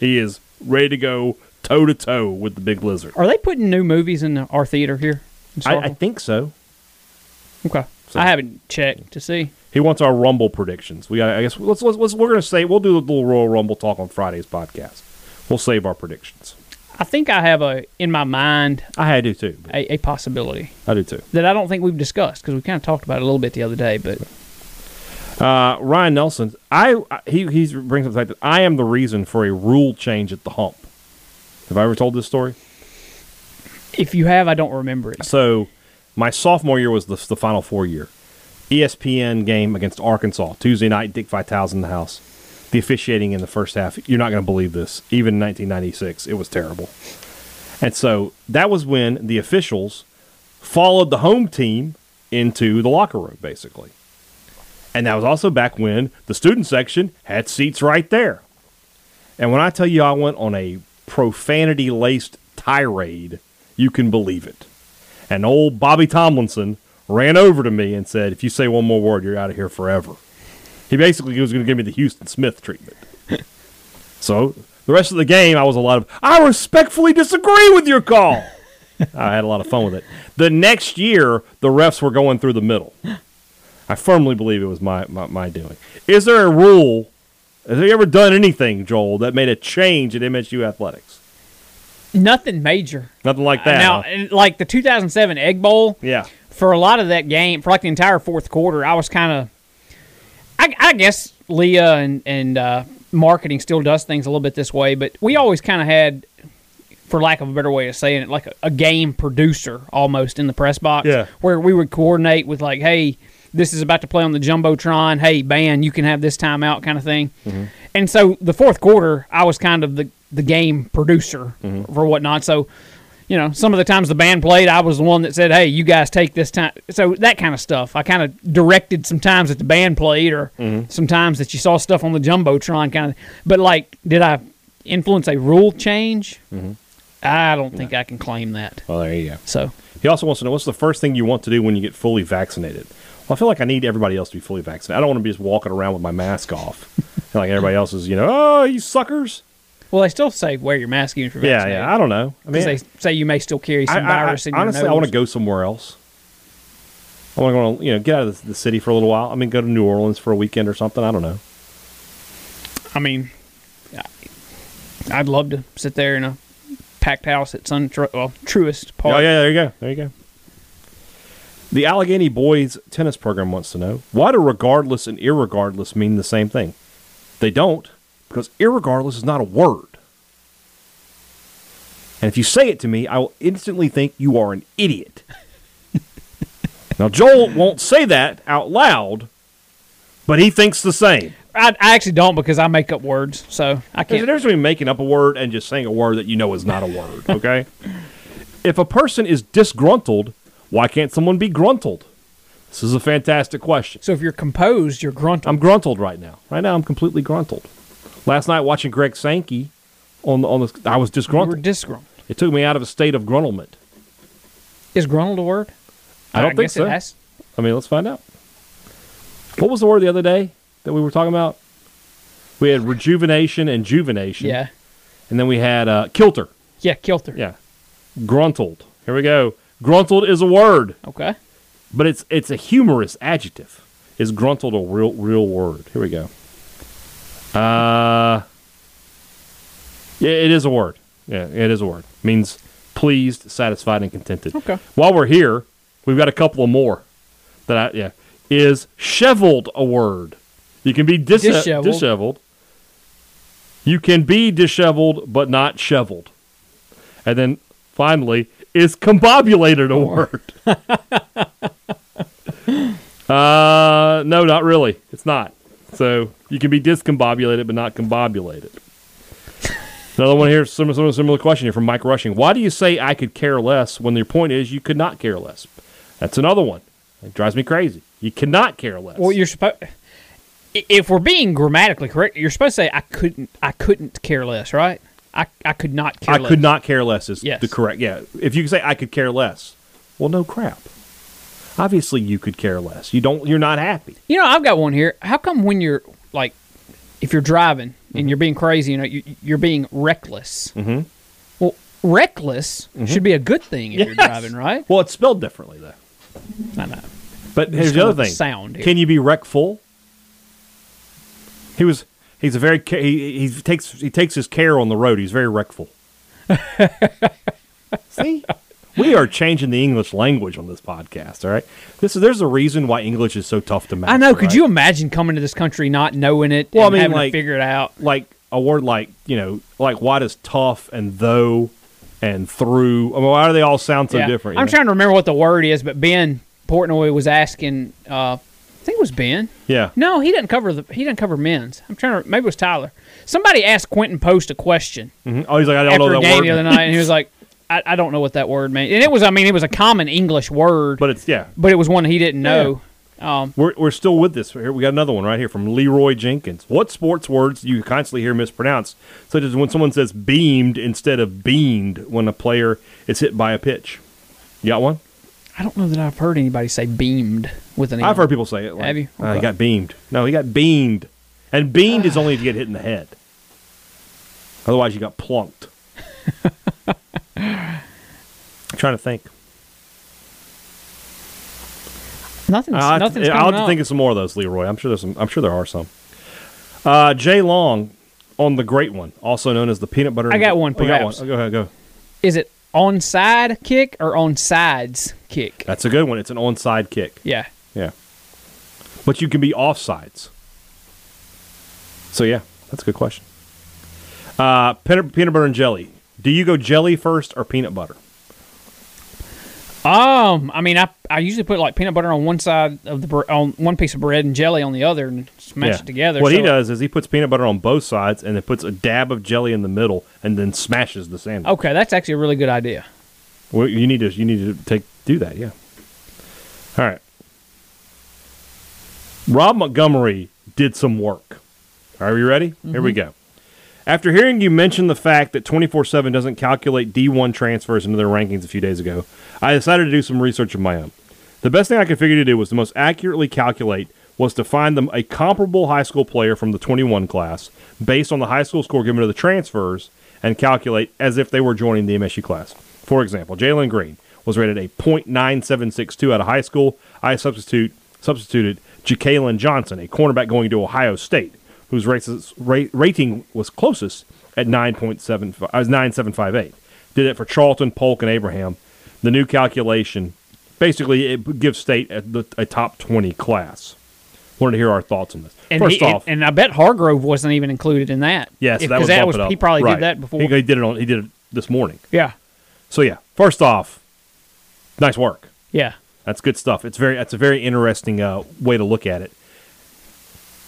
He is ready to go toe to toe with the big lizard. Are they putting new movies in our theater here? in I, I Starkville? think so. okay. I haven't checked to see. He wants our Rumble predictions. We got. I guess let's, let's, let's we're gonna say we'll do a little Royal Rumble talk on Friday's podcast. We'll save our predictions. I think I have a in my mind I had to too. but a, a possibility I do too. that I don't think we've discussed because we kind of talked about it a little bit the other day. But Uh, Ryan Nelson, I I- he he brings up the fact that I am the reason for a rule change at the hump. Have I ever told this story? if you have, I don't remember it. So, my sophomore year was the, the final four year. E ESPN game against Arkansas Tuesday night. Dick Vitale's in the house. The officiating in the first half. You're not going to believe this. Even in 1996, it was terrible. And so that was when the officials followed the home team into the locker room, basically. And that was also back when the student section had seats right there. And when I tell you I went on a profanity laced tirade, you can believe it. And old Bobby Tomlinson ran over to me and said, If you say one more word, you're out of here forever. He basically was going to give me the Houston Smith treatment. so the rest of the game, I was a lot of, I respectfully disagree with your call. I had a lot of fun with it. The next year, the refs were going through the middle. I firmly believe it was my, my, my doing. Is there a rule? Have they ever done anything, Joel, that made a change at MSU athletics? Nothing major. Nothing like Uh, that. Now, huh? and, like the 2007 Egg Bowl, Yeah. for a lot of that game, for like the entire fourth quarter, I was kind of, I, I guess Leah and and uh, marketing still does things a little bit this way, but we always kind of had, for lack of a better way of saying it, like a, a game producer almost in the press box, Yeah. where we would coordinate with like, hey. This is about to play on the jumbotron. Hey, band, you can have this timeout, kind of thing. And so the fourth quarter, I was kind of the, the game producer for whatnot. So you know, some of the times the band played, I was the one that said, "Hey, you guys take this time." So that kind of stuff. I kind of directed some times that the band played, or Mm-hmm. some times that you saw stuff on the jumbotron, kind of. But like, did I influence a rule change? Mm-hmm. I don't think I can claim that. Well, there you go. So He also wants to know what's the first thing you want to do when you get fully vaccinated. Well, I feel like I need everybody else to be fully vaccinated. I don't want to be just walking around with my mask off, And, like everybody else is. You know, oh, you suckers. well, they still say wear your mask even if you're Yeah, vaccinated. yeah. I don't know. I mean, Because they say you may still carry some I- I- I- virus in your honestly, nose. I want to go somewhere else. I want to, you know, get out of the, the city for a little while. I mean, go to New Orleans for a weekend or something. I don't know. I mean, I- I'd love to sit there in a packed house at Sun Tru- well, Truest Park. Oh yeah, there you go. There you go. The Allegheny Boys Tennis Program wants to know why do regardless and irregardless mean the same thing? They don't, because irregardless is not a word. And if you say it to me, I will instantly think you are an idiot. now Joel won't say that out loud, but he thinks the same. I, I actually don't because I make up words, so I There's a can't. difference between making up a word and just saying a word that you know is not a word, okay? if a person is disgruntled, why can't someone be gruntled? This is a fantastic question. So if you're composed, you're grunting. I'm gruntled right now. Right now, I'm completely gruntled. Last night, watching Greg Sankey on the, on the, I was You were disgruntled. disgruntled. it took me out of a state of gruntlement. Is gruntled a word? I don't think guess so. It has. I mean, let's find out. What was the word the other day that we were talking about? We had rejuvenation and juvenation. Yeah. And then we had uh, kilter. Yeah, kilter. Yeah. Gruntled. Here we go. Gruntled is a word, Okay. but it's it's a humorous adjective. Is gruntled a real real word? Here we go. Uh, yeah, it is a word. Yeah, it is a word. means pleased, satisfied, and contented. Okay. While we're here, we've got a couple of more that I yeah is sheveled a word. You can be dis- Disheveled. disheveled. You can be disheveled but not sheveled. And then finally, is combobulated a word? uh, no, not really. It's not. So you can be discombobulated, but not combobulated. Another one here, similar, similar, similar question here from Mike Rushing. Why do you say I could care less when your point is you could not care less? That's another one. It drives me crazy. You cannot care less. Well, you're supposed. If we're being grammatically correct, you're supposed to say I couldn't. I couldn't care less, right? I, I could not care. I less. could not care less is Yes. the correct. Yeah. If you say I could care less, well, no crap. Obviously, you could care less. You don't. You're not happy. You know, I've got one here. How come when you're like, if you're driving Mm-hmm. and you're being crazy, you know, you, you're being reckless. Mm-hmm. Well, reckless should be a good thing if you're Mm-hmm. Yes. driving, right? Well, it's spelled differently though. I know. But here's just the other going with thing: sound here. Can you be wreckful? He was. He's a very. ca- He, he takes. He takes his care on the road. He's very wreckful. See, we are changing the English language on this podcast. All right, this is. There's a reason why English is so tough to master. I know. Could right? you imagine coming to this country not knowing it Well, I and mean, having like- to figure it out? like a word like you know like why does tough and though and through I mean, why do they all sound so Yeah. different you I'm know? trying to remember what the word is, but Ben Portnoy was asking. Uh, I think it was Ben. yeah No, he doesn't cover the. He doesn't cover men's. I'm trying to. Maybe it was Tyler. Somebody asked Quentin Post a question Mhm. oh he's like i don't after know that a game word the other night, and he was like, I, "I don't know what that word means." And it was. I mean, it was a common English word, but it's yeah but it was one he didn't know. Um, we're, we're still with this here we got another one right here from leroy jenkins what sports words do you constantly hear mispronounced such as when someone says beamed instead of beamed when a player is hit by a pitch you got one I don't know that I've heard anybody say beamed with an. i've L. heard people say it like, Have you? "Ah, he Okay. got beamed no he got beamed and beamed is only if you get hit in the head otherwise you got plunked trying to think. nothing's. I'll, have nothing's to, I'll coming have to up. think of some more of those, Leroy. I'm sure there's some. I'm sure there are some. Uh, Jay Long on the Great One, also known as the peanut butter. I got one, Oh, you got one. perhaps. Oh, go ahead, go. Is it onside kick or onsides kick? That's a good one. It's an onside kick. Yeah. Yeah, but you can be offsides. So yeah, that's a good question. Uh, peanut, peanut butter and jelly. Do you go jelly first or peanut butter? Um, I mean, I I usually put like peanut butter on one side of the br- on one piece of bread and jelly on the other, and smash Yeah. it together. What he So- does is he puts peanut butter on both sides and then puts a dab of jelly in the middle and then smashes the sandwich. Okay, that's actually a really good idea. Well, you need to you need to take do that. Yeah. All right. Rob Montgomery did some work. Are you ready? Here we go. After hearing you mention the fact that 24 7 doesn't calculate D1 transfers into their rankings a few days ago, I decided to do some research of my own. The best thing I could figure to do was to most accurately calculate was to find them a comparable high school player from the 21 class based on the high school score given to the transfers and calculate as if they were joining the MSU class. For example, Jalen Green was rated a .9762 out of high school. I substitute substituted Jacalen Johnson, a cornerback going to Ohio State, whose races, ra- rating was closest at 9.75, uh, 9758. Did it for Charlton, Polk, and Abraham. The new calculation basically it gives State a, the- a top 20 class. Wanted to hear our thoughts on this. And First he- off, and, and I bet Hargrove wasn't even included in that. yes, If- that 'cause would that bump was it up. he probably Right. did that before. He, he did it on. He did it this morning. yeah, So yeah, first off, nice work. yeah. That's good stuff. It's very that's a very interesting uh, way to look at it.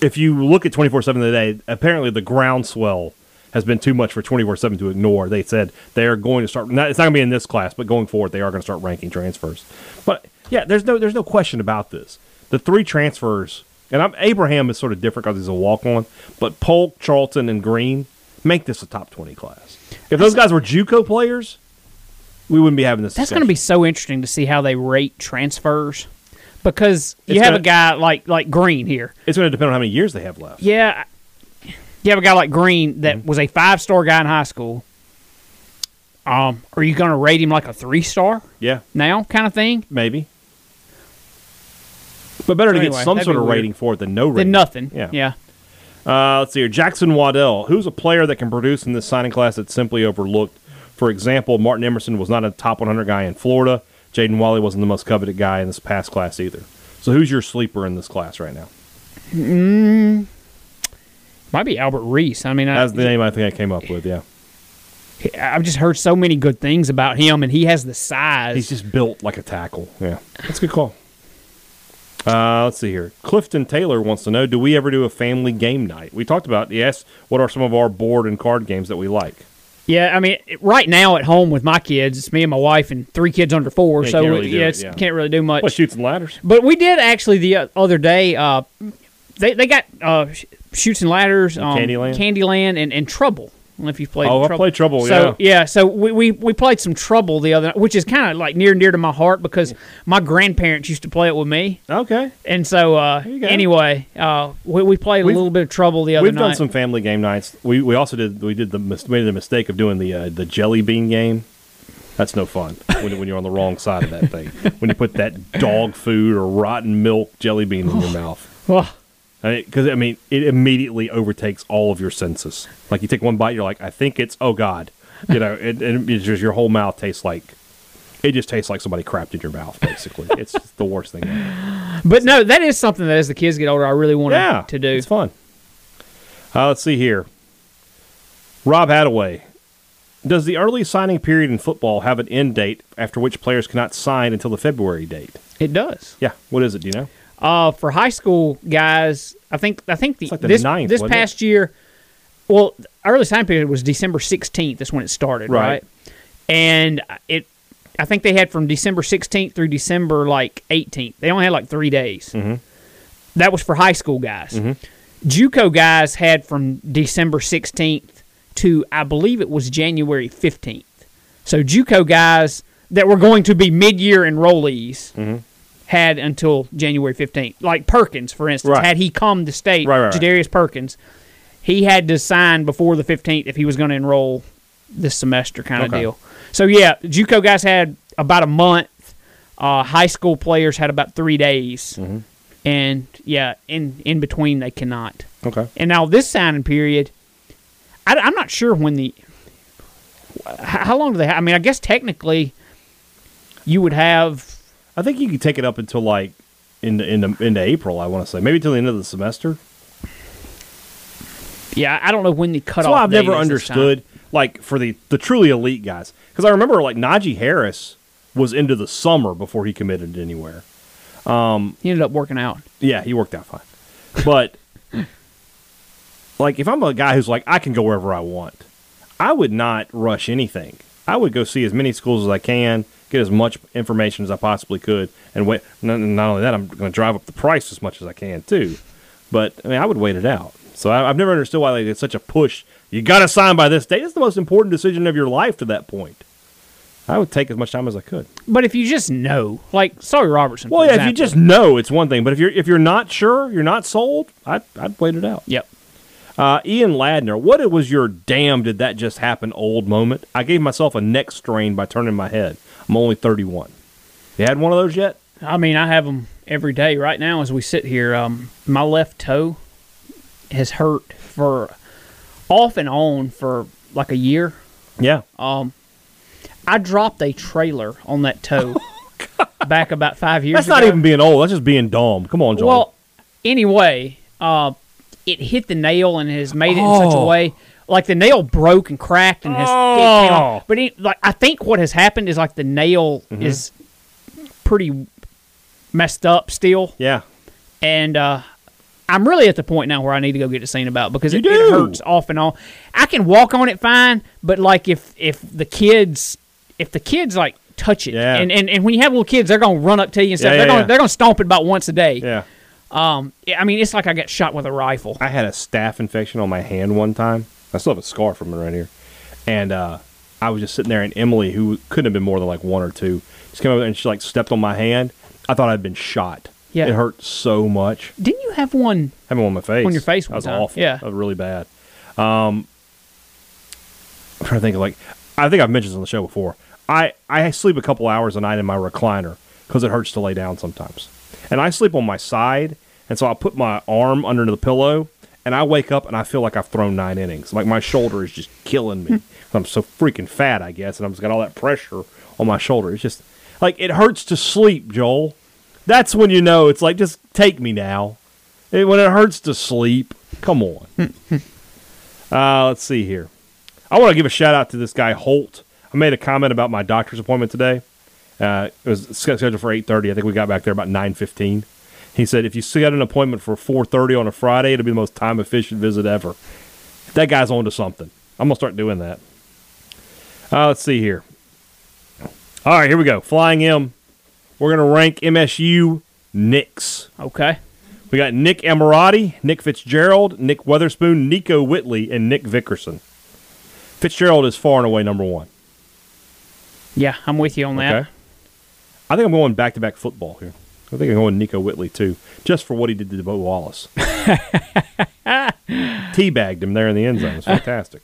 If you look at twenty four seven today, apparently the groundswell has been too much for twenty four seven to ignore. They said they are going to start. Not, it's not going to be in this class, but going forward, they are going to start ranking transfers. But yeah, there's no there's no question about this. The three transfers, and I'm, Abraham is sort of different because he's a walk on, but Polk, Charlton, and Green make this a top twenty class. If those guys were JUCO players, we wouldn't be having this. That's going to discussion. be so interesting to see how they rate transfers because you It's have gonna- a guy like like Green here. It's going to depend on how many years they have left. Yeah, I- you have a guy like Green that Mm-hmm. was a five star guy in high school. Um, are you going to rate him like a three star Yeah, now, kind of thing? maybe. But better to Anyway, get some that'd sort be of weird. rating for it than no rating. Then nothing. Yeah. yeah. Uh, let's see here. Jackson Waddell, who's a player that can produce in this signing class that's simply overlooked. For example, Martin Emerson was not a top 100 guy in Florida. Jaden Wally wasn't the most coveted guy in this past class either. So who's your sleeper in this class right now? Might be Albert Reese. I mean, I, That's the name I think I came up with. Yeah, I've just heard so many good things about him, and he has the size. he's just built like a tackle. Yeah, that's a good call. Uh, let's see here. Clifton Taylor wants to know: Do we ever do a family game night? We talked about yes. What are some of our board and card games that we like? Yeah, I mean, it- right now at home with my kids, it's me and my wife and three kids under four, Yeah, so can't really do yeah, it, it's, yeah. can't really do much. Well, shoots and ladders. But we did actually the o- other day. Uh, they they got uh, sh- shoots and ladders, um, Candyland? Candyland, and, and Trouble. I don't know if you've played. Oh, I Trouble. played Trouble, So yeah, so we, we, we played some Trouble the other, night, which is kind of like near and dear to my heart because my grandparents used to play it with me, Okay, and so uh, you go. anyway, uh, we, we played We've- a little bit of Trouble the other We've night. done some family game nights. We we also did we did the mis- made the mistake of doing the uh, the jelly bean game. That's no fun when, when you're on the wrong side of that thing. When you put that dog food or rotten milk jelly bean in your mouth, Well, because I mean it immediately overtakes all of your senses. Like you take one bite, you're like, I think it's oh god, you know, and, and it's just your whole mouth tastes like it just tastes like somebody crapped in your mouth. Basically, it's the worst thing. Ever. but no, that is something that as the kids get older, I really want yeah, to do. It's fun. Uh, let's see here. Rob Hadaway. Does the early signing period in football have an end date after which players cannot sign until the February date? It does. Yeah. What is it? Do you know? Uh, for high school guys, I think I think the, like the this ninth, this wasn't it? past year, well, the early sign period was December sixteenth. That's when it started, Right. right. And it, I think they had from December sixteenth through December like eighteenth. They only had like three days. Mm-hmm. That was for high school guys. JUCO guys had from December sixteenth to I believe it was January fifteenth. So JUCO guys that were going to be mid-year enrollees Mm-hmm. had until January 15th. Like Perkins, for instance, Right. had he come to state, Right, right, right. Jadarius Perkins, he had to sign before the 15th if he was going to enroll this semester kind of Okay. deal. So, yeah, JUCO guys had about a month. Uh, high school players had about three days. Mm-hmm. And, yeah, in, in between they cannot. Okay. And now this signing period, I, am not sure when the. h- How long do they have? I mean, I guess technically you would have. I think you can take it up until like in the, in the, into April. I want to say maybe till the end of the semester. Yeah, I don't know when the cutoff. That's why I've date never is this time. understood like for the the truly elite guys because I remember like Najee Harris was into the summer before he committed anywhere. He ended up working out. Yeah, he worked out fine. But like if I'm a guy who's like I can go wherever I want, I would not rush anything. I would go see as many schools as I can, get as much information as I possibly could, and wait. Not, not only that, I'm going to drive up the price as much as I can too. But I mean, I would wait it out. So I, I've never understood why they did such a push. You got to sign by this date. It's the most important decision of your life to that point. I would take as much time as I could. But if you just know, like, sorry, Robertson. Well, for yeah, if you example. just know, it's one thing. But if you're if you're not sure, you're not sold, I'd, I'd wait it out. Yep. Uh, Ian Ladner, what it was your damn did that just happen old moment? I gave myself a neck strain by turning my head. I'm only 31. You had one of those yet? I mean, I have them every day right now as we sit here. Um, my left toe has hurt for off and on for like a year. Yeah. I dropped a trailer on that toe back about five years Oh, that's ago. not even being old. That's just being dumb. Come on, Joel. Well, anyway, uh, it hit the nail and has made it in such a Oh. way like the nail broke and cracked and has. it came Oh. Mm-hmm. off. But it, like I think what has happened is like the nail is pretty messed up still, yeah. and uh, I'm really at the point now where I need to go get it seen about because You it, it do. hurts off and on. I can walk on it fine, but like if if the kids if the kids like touch it Yeah. and, and and when you have little kids they're gonna run up to you and stuff Yeah, they're yeah, gonna yeah. they're gonna stomp it about once a day Yeah. um, yeah, I mean, it's like I got shot with a rifle. I had a staph infection on my hand one time. I still have a scar from it right here. And uh, I was just sitting there, and Emily, who couldn't have been more than like one or two, just came over and she like stepped on my hand. I thought I'd been shot. Yeah. It hurt so much. Didn't you have one? Having one on my face. On your face That one was time. awful. Yeah. That was really bad. Um, I'm trying to think of like, I think I've mentioned this on the show before. I, I sleep a couple hours a night in my recliner because it hurts to lay down sometimes. And I sleep on my side, and so I put my arm under the pillow, and I wake up and I feel like I've thrown nine innings. Like my shoulder is just killing me. Hmm. I'm so freaking fat, I guess, and I've just got all that pressure on my shoulder. It's just like it hurts to sleep, Joel. That's when you know it's like just take me now. It- when it hurts to sleep, come on. Uh, let's see here. I want to give a shout out to this guy Holt. I made a comment about my doctor's appointment today. Uh, it was scheduled for eight thirty. I think we got back there about nine fifteen. He said if you set an appointment for four thirty on a Friday, it'll be the most time efficient visit ever. That guy's onto something. I'm gonna start doing that. Uh, let's see here. All right, here we go. Flying M. We're gonna rank MSU Knicks. Okay. We got Nick Emirati, Nick Fitzgerald, Nick Weatherspoon, Nico Whitley, and Nick Vickerson. Fitzgerald is far and away number one. Yeah, I'm with you on that. Okay. I think I'm going back to back football here. I think I'm going Nico Whitley too, just for what he did to Bo Wallace. Teabagged him there in the end zone. It's fantastic.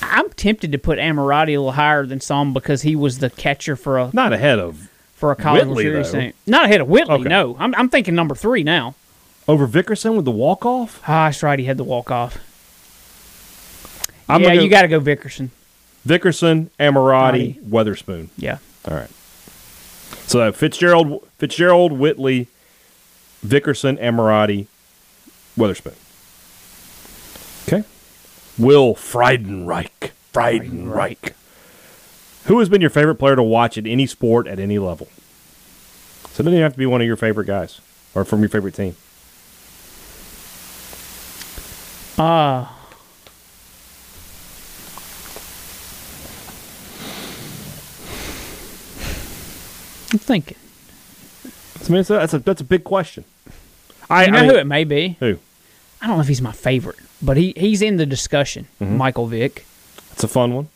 I'm tempted to put Amorati a little higher than some because he was the catcher for a Not ahead of for a college Whitley, series though. team. Not ahead of Whitley. Okay. No, I'm, I'm thinking number three now. over Vickerson with the walk off. Ah, that's right. He had the walk off. I'm yeah, gonna go you got to go Vickerson. Vickerson, Amirati, Weatherspoon. Yeah. All right. So uh, Fitzgerald, Fitzgerald, Whitley, Vickerson, Emirati, Weatherspoon. Okay. Will Friedenreich. Friedenreich. Who has been your favorite player to watch at any sport at any level? So it doesn't even have to be one of your favorite guys or from your favorite team. Uh, I'm thinking. I mean, it's a- that's a that's a big question. I, You I know mean- who it may be? who? I don't know if he's my favorite, but he, he's in the discussion. Mm-hmm. Michael Vick. It's a fun one.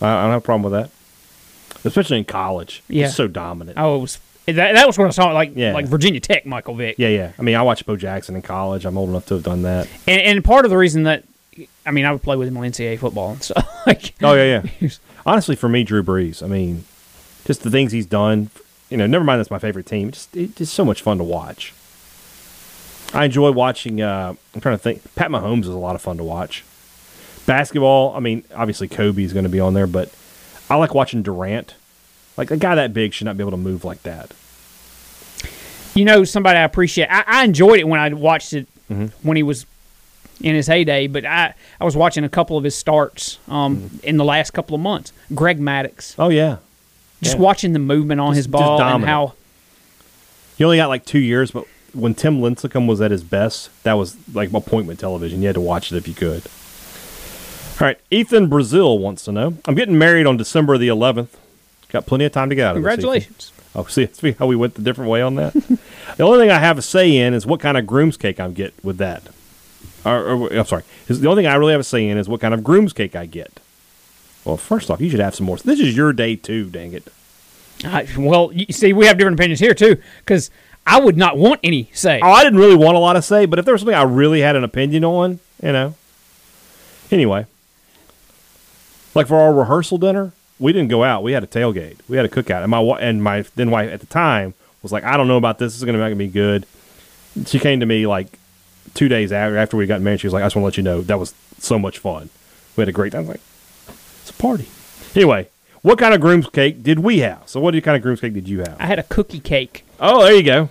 I, I don't have a problem with that, especially in college. Yeah. it's so dominant. Oh, it was that, that was when I saw it, like Yeah. like Virginia Tech Michael Vick. Yeah, yeah. I mean, I watched Bo Jackson in college. I'm old enough to have done that. And and part of the reason that I mean I would play with him on NCAA football and stuff like Oh yeah, yeah. Honestly, for me, Drew Brees. I mean, just the things he's done. You know, never mind. That's my favorite team. Just it's just so much fun to watch. I enjoy watching. Uh, I'm trying to think. Pat Mahomes is a lot of fun to watch. Basketball. I mean, obviously Kobe's going to be on there, but I like watching Durant. Like a guy that big should not be able to move like that. you know somebody I appreciate. I, I enjoyed it when I watched it Mm-hmm. when he was in his heyday, but I I was watching a couple of his starts um, Mm-hmm. in the last couple of months. Greg Maddox, Oh yeah. just Yeah. watching the movement on his just ball and dominant. how He only got like two years, but when Tim Lincecum was at his best, that was like appointment television. You had to watch it if you could. All right, Ethan Brazil wants to know. I'm getting married on December the 11th. Got plenty of time to get out of this, Ethan. congratulations. Oh, see, see how we went the different way on that. the only thing I have a say in is what kind of groom's cake I get with that. Or, or- I'm sorry. Is- The only thing I really have a say in is what kind of groom's cake I get. Well, first off, you should have some more. This is your day too. Dang it. I, well, you see, we have different opinions here too because I would not want any say. Oh, I didn't really want a lot to say, but if there was something I really had an opinion on, you know. Anyway, like for our rehearsal dinner, we didn't go out. We had a tailgate. We had a cookout, and my wa- and my then wife at the time was like, "I don't know about this. This is going to be good." She came to me like two days after after we got married. She was like, "I just want to let you know that was so much fun. We had a great time." I was like, "It's a party." Anyway, what kind of groom's cake did we have? So, what kind of groom's cake did you have? I had a cookie cake. Oh, there you go.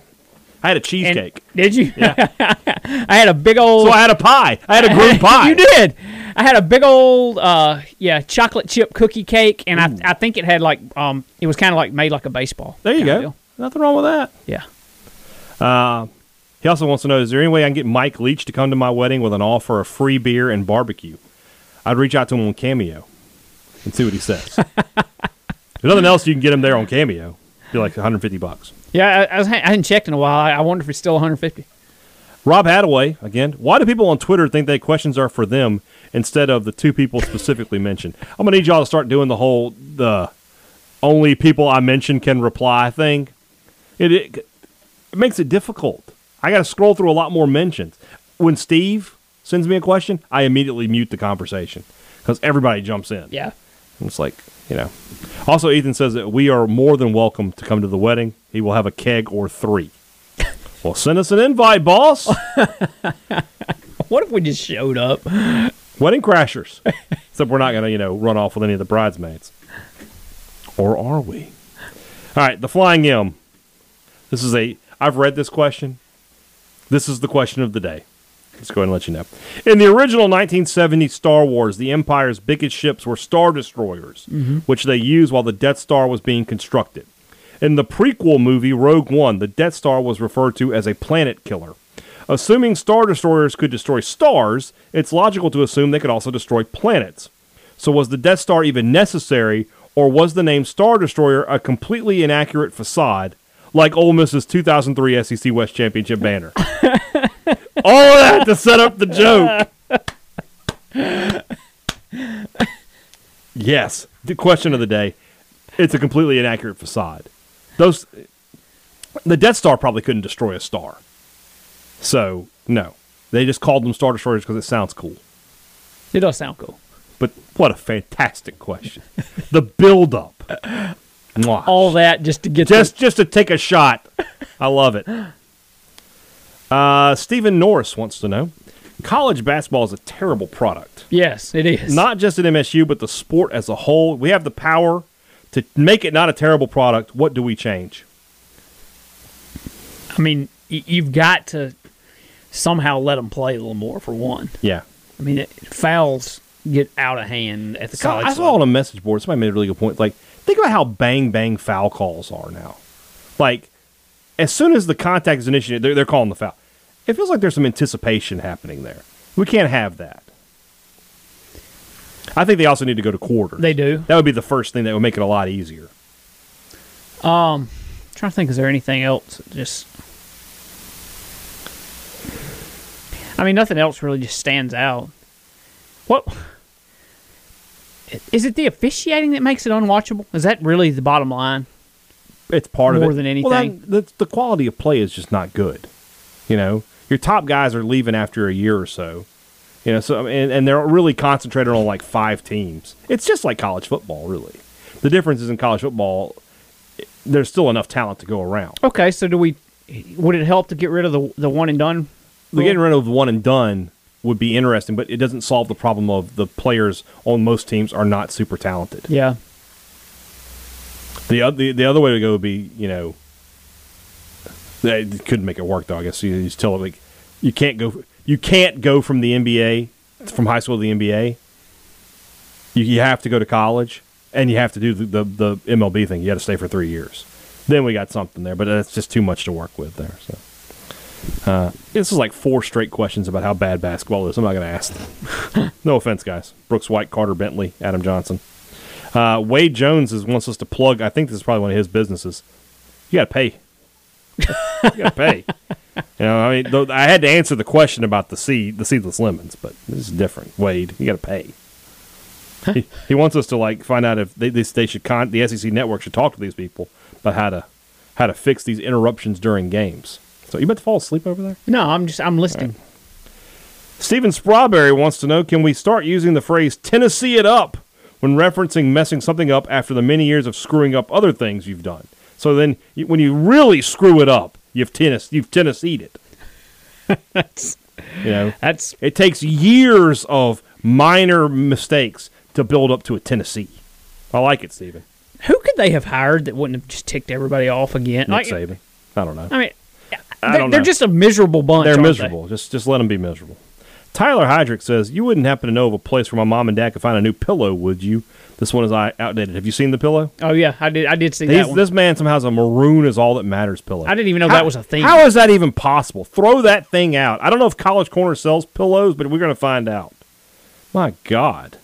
I had a And- cheesecake. Did you? I had a big old. So I had a pie. I had a green pie. you did. I had a big old, uh, yeah, chocolate chip cookie cake, and I, I think it had like, um, it was kind of like made like a baseball. There you kinda go. deal. Nothing wrong with that. Yeah. He also wants to know: Is there any way I can get Mike Leach to come to my wedding with an offer of free beer and barbecue? I'd reach out to him on Cameo and see what he says. if nothing else, you can get him there on Cameo. Be like 150 bucks. Yeah, I, I, was, I hadn't checked in a while. I, I wonder if it's still 150. Rob Hadaway again. Why do people on Twitter think that questions are for them instead of the two people specifically mentioned? I'm gonna need y'all to start doing the whole the only people I mention can reply thing. It it, it makes it difficult. I got to scroll through a lot more mentions. When Steve sends me a question, I immediately mute the conversation because everybody jumps in. Yeah. It's like, you know. Also, Ethan says that we are more than welcome to come to the wedding. He will have a keg or three. well, send us an invite, boss. What if we just showed up? wedding crashers. Except we're not going to, you know, run off with any of the bridesmaids. Or are we? All right, the flying M. This is a. I've read this question. This is the question of the day. Let's go ahead and let you know. In the original 1970 Star Wars, the Empire's biggest ships were Star Destroyers, which they used while the Death Star was being constructed. In the prequel movie Rogue One, the Death Star was referred to as a planet killer. Assuming Star Destroyers could destroy stars, it's logical to assume they could also destroy planets. So, was the Death Star even necessary, or was the name Star Destroyer a completely inaccurate facade, like Ole Miss's 2003 SEC E West Championship banner? All of that to set up the joke. yes, the question of the day. It's a completely inaccurate facade. Those, the Death Star probably couldn't destroy a star. So no, they just called them Star Destroyers because it sounds cool. It does sound cool. But what a fantastic question! the build up, Mwah. All that just to get just just to take a shot. I love it. Uh, Stephen Norris wants to know: College basketball is a terrible product. The, yes, it is. Not just at MSU, but the sport as a whole. We have the power to make it not a terrible product. What do we change? I mean, y- you've got to somehow let them play a little more for one. Yeah. I mean, it, fouls get out of hand at the So college. I saw level. on a message board somebody made a really good point. Like, think about how bang bang foul calls are now. Like, as soon as the contact is initiated, they're, they're calling the foul. It feels like there's some anticipation happening there. We can't have that. I think they also need to go to quarters. They do. That would be the first thing that would make it a lot easier. I'm Um, trying to think, is there anything else? that Just, I mean, nothing else really just stands out. What is it? The officiating that makes it unwatchable? Is that really the bottom line? It's part of More it. than Well, anything. that, that's- the quality of play is just not good. You know, your top guys are leaving after a year or so. You know, so and, and they're really concentrated on like five teams. It's just like college football, really. The difference is in college football, i- there's still enough talent to go around. Okay, so do we? Would it help to get rid of the the one and done? The getting rid of the one and done would be interesting, but it doesn't solve the problem of the players on most teams are not super talented. Yeah. The other the, the other way to go would be you know they couldn't make it work though. I guess you, you just tell them like you can't go you can't go from the NBA from high school to the NBA. You, you have to go to college and you have to do the, the, the MLB thing. You got to stay for three years. Then we got something there, but that's just too much to work with there. So. Uh, this is like four straight questions about how bad basketball is. I'm not going to ask them. no offense, guys. Brooks White, Carter Bentley, Adam Johnson. Uh, Wade Jones is, wants us to plug. I think this is probably one of his businesses. You got to pay. you got to pay. You know, I mean, though, I had to answer the question about the seed, the seedless lemons, but this is different. Wade, you got to pay. he, he wants us to like find out if they, they, they should con the SEC network should talk to these people about how to how to fix these interruptions during games. So you about to fall asleep over there? No, I'm just I'm listening. Stephen Sprawberry wants to know can we start using the phrase Tennessee it up when referencing messing something up after the many years of screwing up other things you've done? So then you, when you really screw it up, you've tennis you've Tennesseed it. You know, That's it takes years of minor mistakes to build up to a Tennessee. I like it, Stephen. who could they have hired that wouldn't have just ticked everybody off again? Nick Like, Saban. I don't know. I mean, I they're, don't they're know. just a miserable bunch. They're aren't they? miserable. Just just let them be miserable. Tyler Hydrick says, "You wouldn't happen to know of a place where my mom and dad could find a new pillow, would you? This one is I outdated. Have you seen the pillow? Oh yeah, I did. I did see These- that one. this man somehow has a maroon is all that matters pillow. I didn't even know How- that was a thing. How is that even possible? Throw that thing out. I don't know if College Corner sells pillows, but we're going to find out. My God.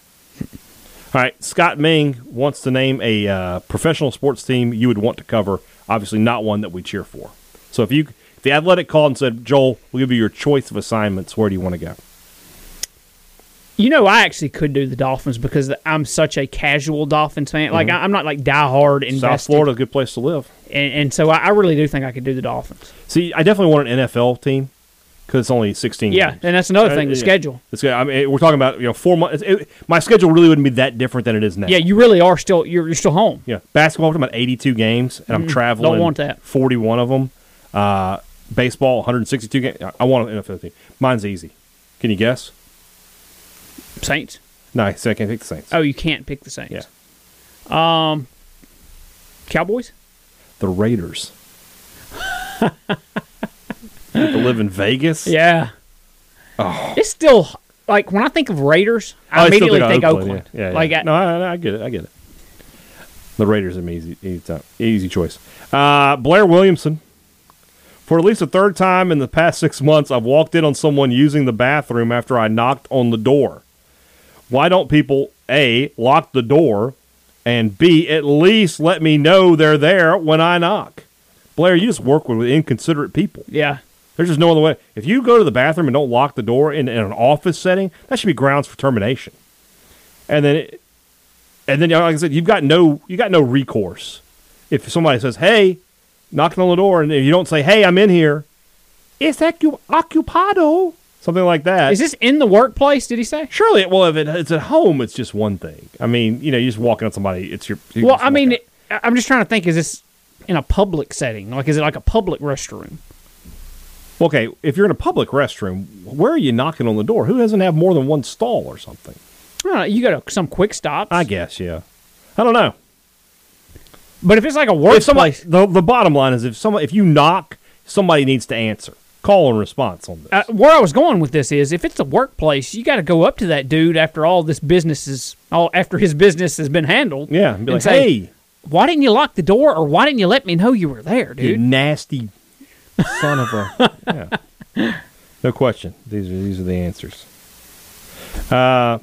All right, Scott Ming wants to name a uh, professional sports team you would want to cover. Obviously, not one that we cheer for. So if you if the athletic called and said, "Joel, we'll give you your choice of assignments. Where do you want to go?" You know, I actually could do the Dolphins because th- I'm such a casual Dolphins fan. Like I, I'm not like diehard invested, Mm-hmm. South Florida, a good place to live. Mm-hmm. and, and so I, I really do think I could do the Dolphins. See, I definitely want an NFL team because it's only sixteen. Yeah, games. and that's another Uh, thing, the yeah. schedule. It's, I mean, we're talking about you know four months. It, my schedule really wouldn't be that different than it is now. Yeah, you really are still you're, you're still home. yeah. Basketball, I'm about eighty-two games, and I'm traveling. Mm, want that. Forty-one of them. Uh, baseball, one hundred sixty-two games. I want an NFL team. Mine's easy. Can you guess? Saints. No, I said I can't pick the Saints. Oh, you can't pick the Saints. Um, Yeah, Cowboys. the Raiders. you have to live in Vegas. Yeah. Oh. It's still like when I think of Raiders, Oh, I still immediately think of Oakland. Yeah, yeah, yeah. Like I, no, I, I- I get it. I get it. The Raiders an easy, easy, time- easy choice. Uh, Blair Williamson. For at least a third time in the past six months, I've walked in on someone using the bathroom after I knocked on the door. Why don't people a lock the door, and b at least let me know they're there when I knock? Blair, you just work with inconsiderate people. yeah. There's just no other way. If you go to the bathroom and don't lock the door in, in an office setting, that should be grounds for termination. And then, it, and then, you know, like I said, you've got no you got no recourse. If somebody says, "Hey," knocking on the door, and if you don't say, "Hey, I'm in here," it's ocu- ocupado, something like that. Is this in the workplace? Did he say? Surely, it, well, if it, it's at home, it's just one thing. I mean, you know, you're just walking on somebody. It's your. you Well, just I walk mean, out. I- I'm just trying to think. Is this in a public setting? Like, is it like a public restroom? okay, if you're in a public restroom, where are you knocking on the door? Who doesn't have more than one stall or something? I don't know. You go to some quick stops. I guess, yeah. I don't know. But if it's like a If somebody, workplace, the, the bottom line is if someone, if you knock, somebody needs to answer. Call and response on this. uh, where I was going with this is, if it's a workplace, you got to go up to that dude after all this business is all after his business has been handled. yeah, and be like, say, hey, why didn't you lock the door, or why didn't you let me know you were there, you dude? nasty son of a. Yeah. No question. These are these are the answers. Uh,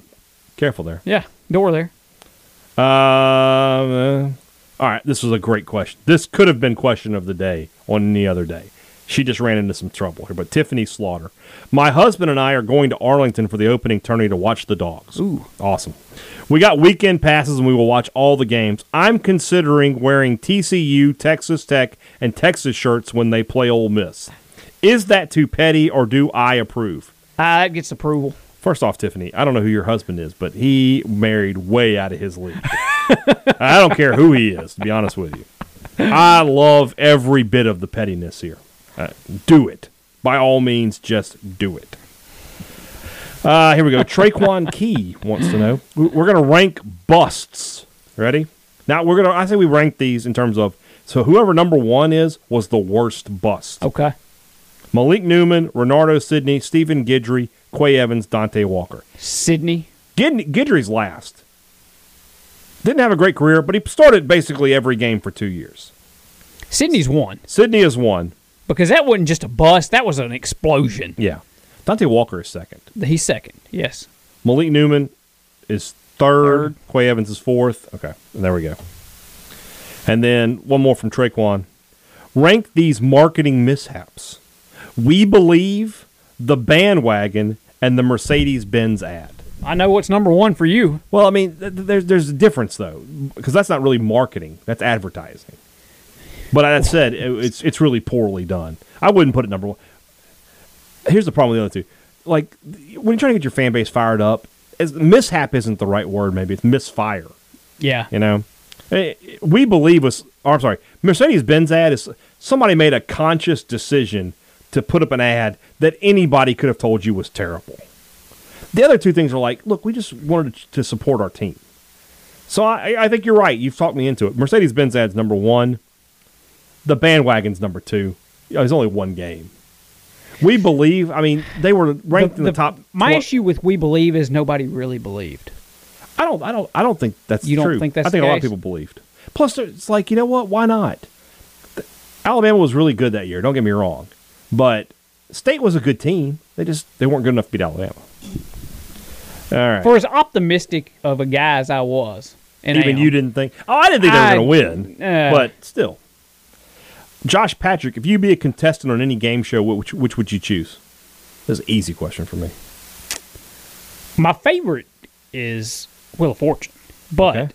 careful there. Yeah, door there. Um, uh, all right, this was a great question. This could have been question of the day on any other day. She just ran into some trouble here, but Tiffany Slaughter. My husband and I are going to Arlington for the opening tourney to watch the dogs. Ooh. Awesome. We got weekend passes and we will watch all the games. I'm considering wearing TCU, Texas Tech, and Texas shirts when they play Ole Miss. Is that too petty or do I approve? Ah, that gets approval. First off, Tiffany, I don't know who your husband is, but he married way out of his league. I don't care who he is, to be honest with you. I love every bit of the pettiness here. Uh, do it. By all means, just do it. Uh, here we go. Traquan Key wants to know. we- We're going to rank busts. Ready? Now, we're going to, I say we rank these in terms of, so whoever number one is was the worst bust. Okay. Malik Newman, Renardo Sidney, Stephen Gidry, Quay Evans, Dante Walker. Sydney. Gid- Gidry's last. Didn't have a great career, but he started basically every game for two years. Sydney's one Sydney is one. because that wasn't just a bust. That was an explosion. Yeah. Dante Walker is second. He's second. Yes. Malik Newman is third. Quay Evans is fourth. Okay. There we go. And then one more from Traquan. Rank these marketing mishaps. We believe the bandwagon and the Mercedes Benz ad. I know what's number one for you. Well, I mean, th- th- there's there's a difference though, because that's not really marketing; that's advertising. But that said, it- it's it's really poorly done. I wouldn't put it number one. Here's the problem with the other two: like th- when you're trying to get your fan base fired up, as, mishap isn't the right word. Maybe it's misfire. Yeah. You know, Eh, we believe was. Or I'm sorry, Mercedes Benz ad is somebody made a conscious decision to put up an ad that anybody could have told you was terrible. The other two things are like, look, we just wanted to- to support our team. So I, I think you're right. You've talked me into it. Mercedes Benz ad's number one. The bandwagon's number two. Yeah, There's only one game. We believe. I mean, they were ranked in the top. My 12 issue with we believe is nobody really believed. I don't. I don't. I don't think that's You don't true. think that's I think the a lot of case? people believed. Plus, there- it's like you know what? Why not? Th- Alabama was really good that year. Don't get me wrong, but State was a good team. They just they weren't good enough to beat Alabama. All right. For as optimistic of a guy as I was, and Even am, you didn't think. Oh, I didn't think I- they were going to win, uh. but still. Josh Patrick, if you be a contestant on any game show, which which would you choose? This is an easy question for me. My favorite is Wheel of Fortune, but Okay.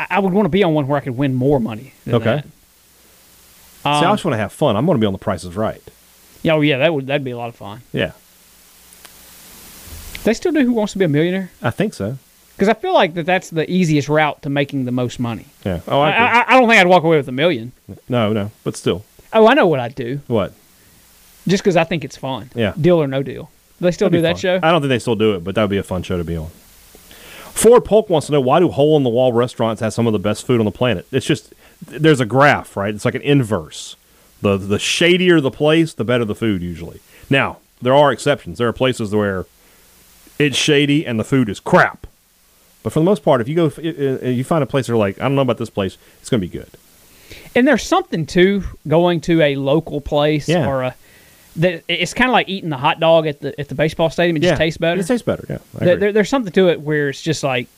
I, I would want to be on one where I could win more money. Than Okay. That. See, I Um, just want to have fun. I'm going to be on The Price is Right. Yeah, oh, yeah, that would that'd be a lot of fun. Yeah, They still do Who Wants to Be a Millionaire I think so. because I feel like that that's the easiest route to making the most money. Yeah. Oh, I, I, agree. I, I don't think I'd walk away with a million. no, no, but still, Oh, I know what I'd do what? just because I think it's fun. Yeah. Deal or No Deal. Do they still do that That'd be show? fun. I don't think they still do it, but that would be a fun show to be on. Ford Polk wants to know why do hole in the wall restaurants have some of the best food on the planet? It's just there's a graph, right? It's like an inverse. The the shadier the place, the better the food usually. Now, there are exceptions. There are places where it's shady and the food is crap. But for the most part, if you go if you find a place that are like, I don't know about this place, it's going to be good. and there's something to going to a local place Yeah. or a that it's kind of like eating the hot dog at the at the baseball stadium. It just tastes better. It tastes better. Yeah. I There, agree. there- there's something to it where it's just like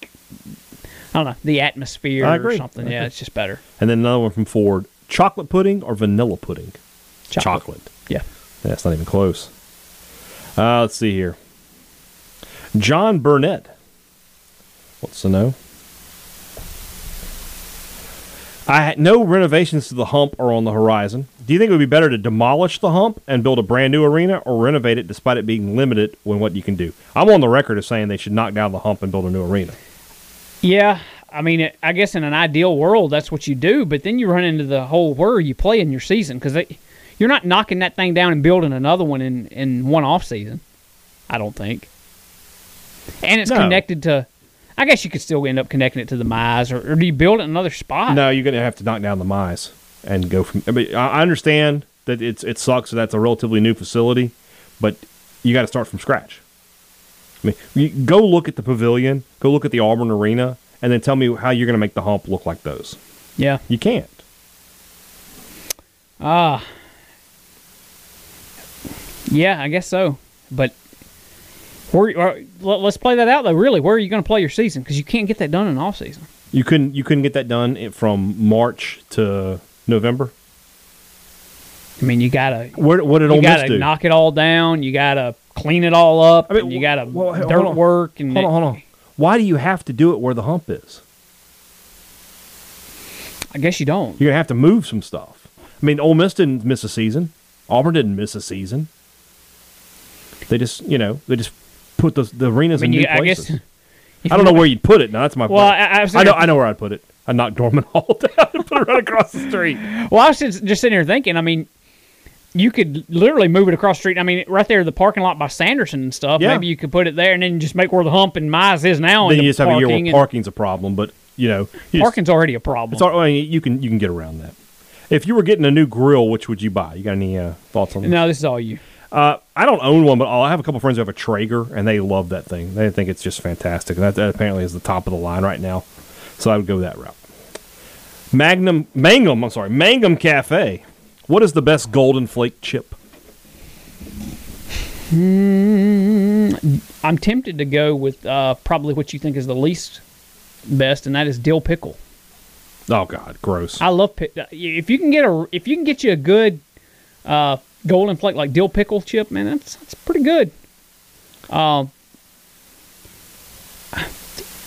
I don't know the atmosphere I or agree. something. I yeah, agree. it's just better. and then another one from Ford, chocolate pudding or vanilla pudding? chocolate. Yeah. That's not even close. Uh, let's see here. John Burnett wants to know. I had no renovations to the hump are on the horizon. Do you think it would be better to demolish the hump and build a brand new arena or renovate it despite it being limited when what you can do? I'm on the record of saying they should knock down the hump and build a new arena. Yeah, I mean, it, I guess in an ideal world, that's what you do. But then you run into the whole where you play in your season because you're not knocking that thing down and building another one in in one off season. I don't think. And it's No. connected to. I guess you could still end up connecting it to the Mize, or, or do you build it in another spot? No, you're going to have to knock down the Mize and go from. I, mean, I I understand that it's it sucks that that's a relatively new facility, but you got to start from scratch. I mean, you, go look at the pavilion, go look at the Auburn Arena, and then tell me how you're going to make the hump look like those. Yeah. You can't. Ah. yeah, I guess so. But where, or, let- let's play that out though. Really, where are you going to play your season? Because you can't get that done in off season. You couldn't. You couldn't get that done i- from March to November. I mean, you gotta Where, what did you Ole Miss gotta do? knock it all down. You gotta clean it all up. I mean, and you gotta well, hold dirt on. work and hold on, hold on. Why do you have to do it where the hump is? I guess you don't. You're gonna have to move some stuff. I mean, Ole Miss didn't miss a season. Auburn didn't miss a season. They just, you know, they just put the the arenas I mean, in you, new I places. guess. I don't know where you'd put it. No, that's my. Well, point. I- I was know, thinking- I know where I'd put it. I would knock Dorman Hall down and put it right across the street. Well, I was just just sitting here thinking. I mean, you could literally move it across the street. I mean, right there, the parking lot by Sanderson and stuff. Yeah. Maybe you could put it there and then just make where the hump and Mize is now. then into you just have a year parking where and- parking's a problem, but you know, you just- Parking's already a problem. it's all- I mean, you can you can get around that. If you were getting a new grill, which would you buy? You got any uh, thoughts on that? no, this is all you. Uh, I don't own one, but I'll- I have a couple friends who have a Traeger, and they love that thing. They think it's just fantastic. That, that apparently is the top of the line right now, so I would go that route. Magnum, Mangum, I'm sorry, Mangum Cafe. What is the best golden flake chip? I'm tempted to go with uh, probably what you think is the least best, and that is dill pickle. Oh God, gross. I love pi- uh, if you can get a if you can get you a good uh, golden flake like dill pickle chip, man, that's that's pretty good. Um,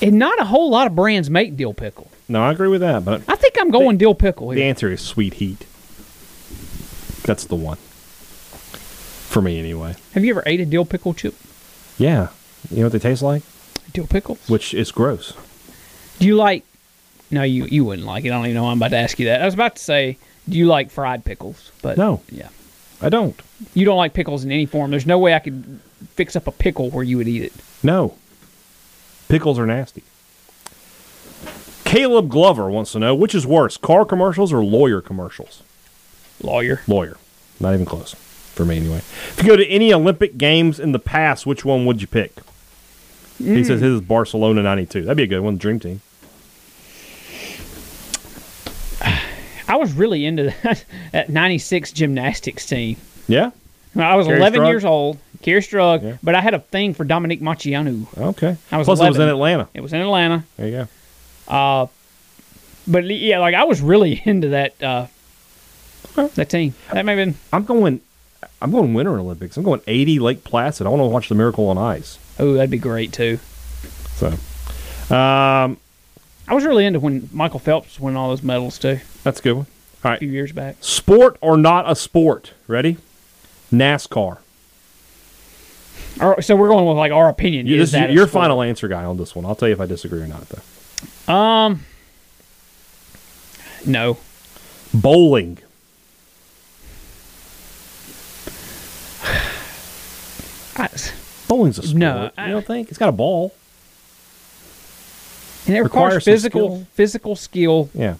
and not a whole lot of brands make dill pickle. no, I agree with that, but I think I'm going dill pickle the here. answer is sweet heat. That's the one for me, anyway. Have you ever ate a dill pickle chip? Yeah, you know what they taste like, Dill pickles? which is gross. Do you like? No, you you wouldn't like it. I don't even know. Why I'm about to ask you that. I was about to say, do you like fried pickles? But No. yeah, I don't. you don't like pickles in any form. There's no way I could fix up a pickle where you would eat it. No. Pickles are nasty. Caleb Glover wants to know which is worse, car commercials or lawyer commercials? Lawyer. Lawyer. Not even close. For me, anyway. If you go to any Olympic Games in the past, which one would you pick? He says his is Barcelona 92. That'd be a good one. Dream team. I was really into that, that 96 gymnastics team. Yeah? When I was Kerry 11 Strug? years old, Kier Strug, Yeah. but I had a thing for Dominique Macianu. Okay. I was Plus, it was 11. in Atlanta. It was in Atlanta. There you go. But yeah, like I was really into that uh, that team. That may have been, I'm going. I'm going Winter Olympics. I'm going 80 Lake Placid. I want to watch the Miracle on Ice. oh, that'd be great too. So, um, I was really into when Michael Phelps won all those medals too, that's a good one. All a few right. years back. Sport or not a sport? Ready? NASCAR. Or, so we're going with like our opinion. You- is this that is a your sport? final answer guy on this one. I'll tell you if I disagree or not, though. Um, no. Bowling. I, Bowling's a sport. No, I- you don't think it's got a ball? and it Requires requires some physical skill. physical skill. Yeah.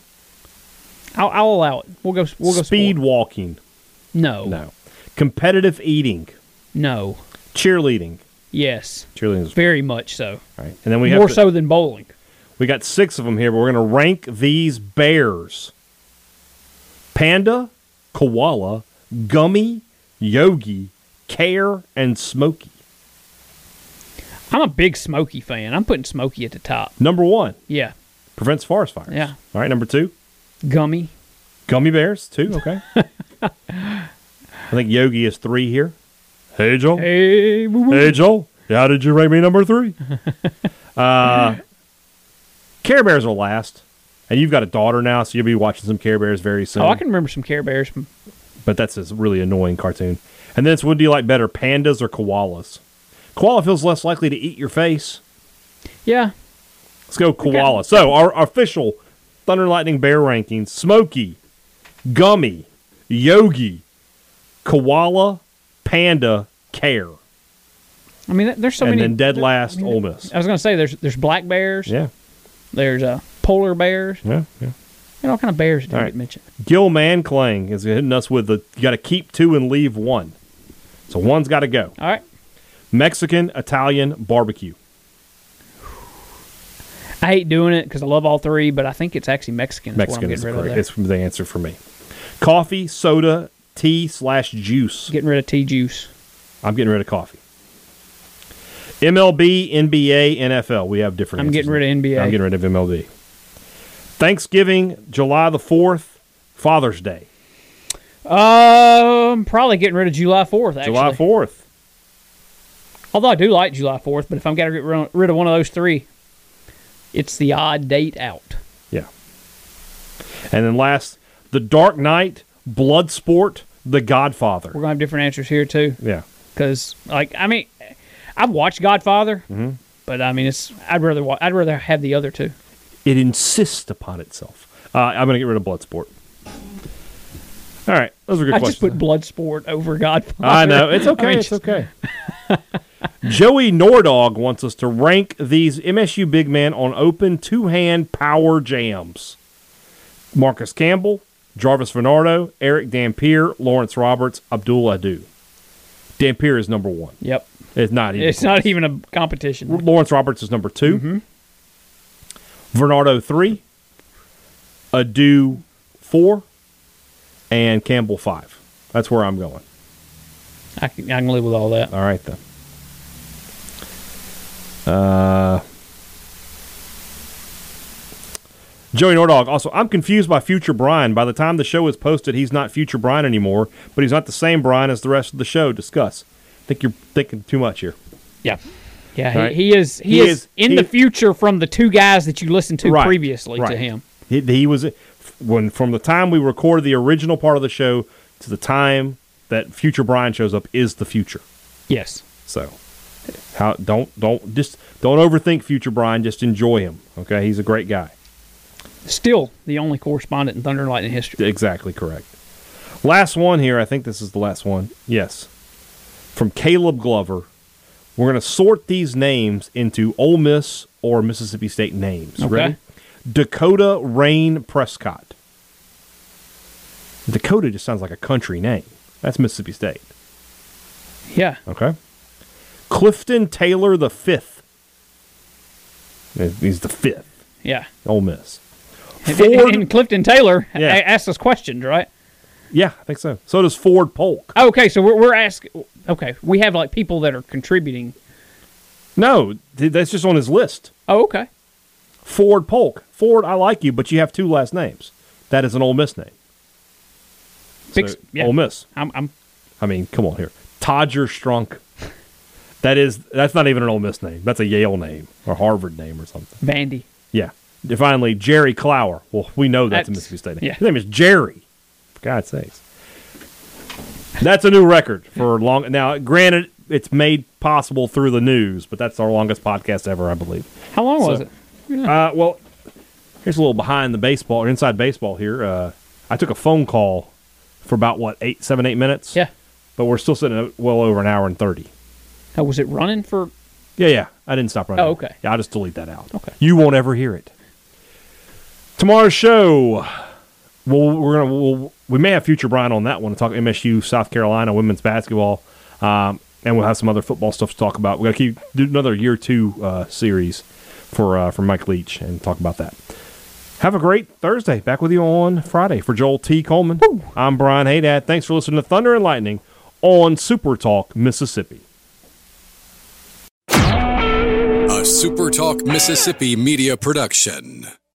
I'll, I'll allow it. We'll go. We'll go. Speed sport. walking. No. No. Competitive eating. No. Cheerleading. Yes. Cheerleading is Very much so. all right. And then we have More to- so than bowling. We got six of them here, but we're going to rank these bears panda, koala, gummy, yogi, care, and smoky. I'm a big Smokey fan. I'm putting Smokey at the top. Number one Yeah. prevents forest fires. Yeah. All right. Number two, Gummy. gummy bears. Two. Okay. I think yogi is three here. Hey, Joel. Hey, woo, woo. Hey, Joel. How did you rate me number three? uh, care bears are last. And you've got a daughter now, so you'll be watching some Care Bears very soon. Oh, I can remember some Care Bears. From, but that's a really annoying cartoon. And then it's what do you like better, pandas or koalas? Koala feels less likely to eat your face. yeah. Let's go koala. So our, our official Thunder and Lightning bear rankings: Smokey, Gummy, Yogi, Koala, Panda, Care, I mean, there's so and many. then dead there- last Ole Miss. I was gonna say there's there's black bears. Yeah, There's uh, polar bears. yeah, yeah. And all kind of bears didn't All get right. mentioned. Gil Manclang is hitting us with the you got to keep two and leave one. So one's got to go. All right. Mexican, Italian, barbecue. I hate doing it because I love all three, but I think it's actually Mexican. is what I'm Mexican is getting rid of correct. there. It's the answer for me. Coffee, soda, tea slash juice. Getting rid of tea juice. I'm getting rid of coffee. MLB, NBA, NFL. We have different. I'm answers getting rid there. of NBA. I'm getting rid of MLB. Thanksgiving, July the fourth, Father's Day, Um, probably getting rid of July Fourth. Actually, July fourth. Although I do like July Fourth, but if I'm gonna get rid- rid of one of those three, it's the odd date out. Yeah. And then last, The Dark Knight, Bloodsport, The We're Godfather. gonna have different answers here too, Yeah. because like I mean, I've watched Godfather, Mm-hmm. but I mean it's I'd rather wa- I'd rather have the other two. it insists upon itself. Uh, I'm going to get rid of Bloodsport. All right, those are good I just questions. put Bloodsport over Godfather. I know it's okay. I mean, Oh, it's just- okay. Joey Nordog wants us to rank these MSU big men on open two-hand power jams. Marcus Campbell, Jarvis Vernardo, Eric Dampier, Lawrence Roberts, Abdul Adu. Dampier is number one. Yep, It's Mm-hmm. not even. it's not even a competition. Lawrence Roberts is number 2 Vernardo three. Adu four. And Campbell five. That's where I'm going. I can, I can live with all that. All right then. Uh Joey Nordog. Also, I'm confused by Future Brian. By the time the show is posted, he's not Future Brian anymore, but he's not the same Brian as the rest of the show. Discuss. think you're thinking too much here. Yeah. Yeah, he, All right. he is he, He is, is- in he- the future from the two guys that you listened to Right, previously to right. him. He, he was when from the time we recorded the original part of the show to the time that future Brian shows up is the future. Yes. So how don't don't just don't overthink future Brian. Just enjoy him. Okay, he's a great guy. Still the only correspondent in Thunder and Lightning history. Exactly correct. Last one here. I think this is the last one. Yes, from Caleb Glover. We're gonna sort these names into Ole Miss or Mississippi State names. Okay. Ready? Dakota Rain Prescott. Dakota just sounds like a country name. That's Mississippi State. Yeah. Okay. Clifton Taylor the fifth. He's the fifth. Yeah. Ole Miss. And, Ford. and Clifton Taylor Yeah. a- asked us questions, right? yeah, I think so. So does Ford Polk. Oh, Okay, so we're we're asking. Okay, we have like people that are contributing. No, th- that's just on his list. Oh, okay. Ford Polk. Ford, I like you, but you have two last names. That is an Ole Miss name. Big, So, yeah. Ole Miss. I'm, I'm I mean, come on here. Todger Strunk. That is that's not even an Ole Miss name. That's a Yale name or Harvard name or something. Vandy. Yeah. And finally, Jerry Clower. Well, we know that's, a That's- Mississippi State name. yeah. His name is Jerry. For God's sakes. That's a new record for long. Now, granted, it's made possible through the news, but that's our longest podcast ever, I believe. How long was So- it? Uh, well, here's a little behind the baseball or inside baseball here. Uh, I took a phone call for about what eight, seven, eight minutes. Yeah. but we're still sitting at well over an hour and thirty. Oh, was it running for? Yeah, yeah. I didn't stop running. Oh, okay. Yeah, I'll just delete that out. Okay. You won't ever hear it. Tomorrow's show. Well, we're gonna we'll, we may have future Brian on that one to talk MSU South Carolina women's basketball, um, and we'll have some other football stuff to talk about. We're gonna keep do another year two uh, series for uh, for Mike Leach and talk about that. Have a great Thursday. Back with you on Friday for Joel T. Coleman. I'm Brian Haydad. Thanks for listening to Thunder and Lightning on Super Talk Mississippi. A Super Talk Mississippi media production.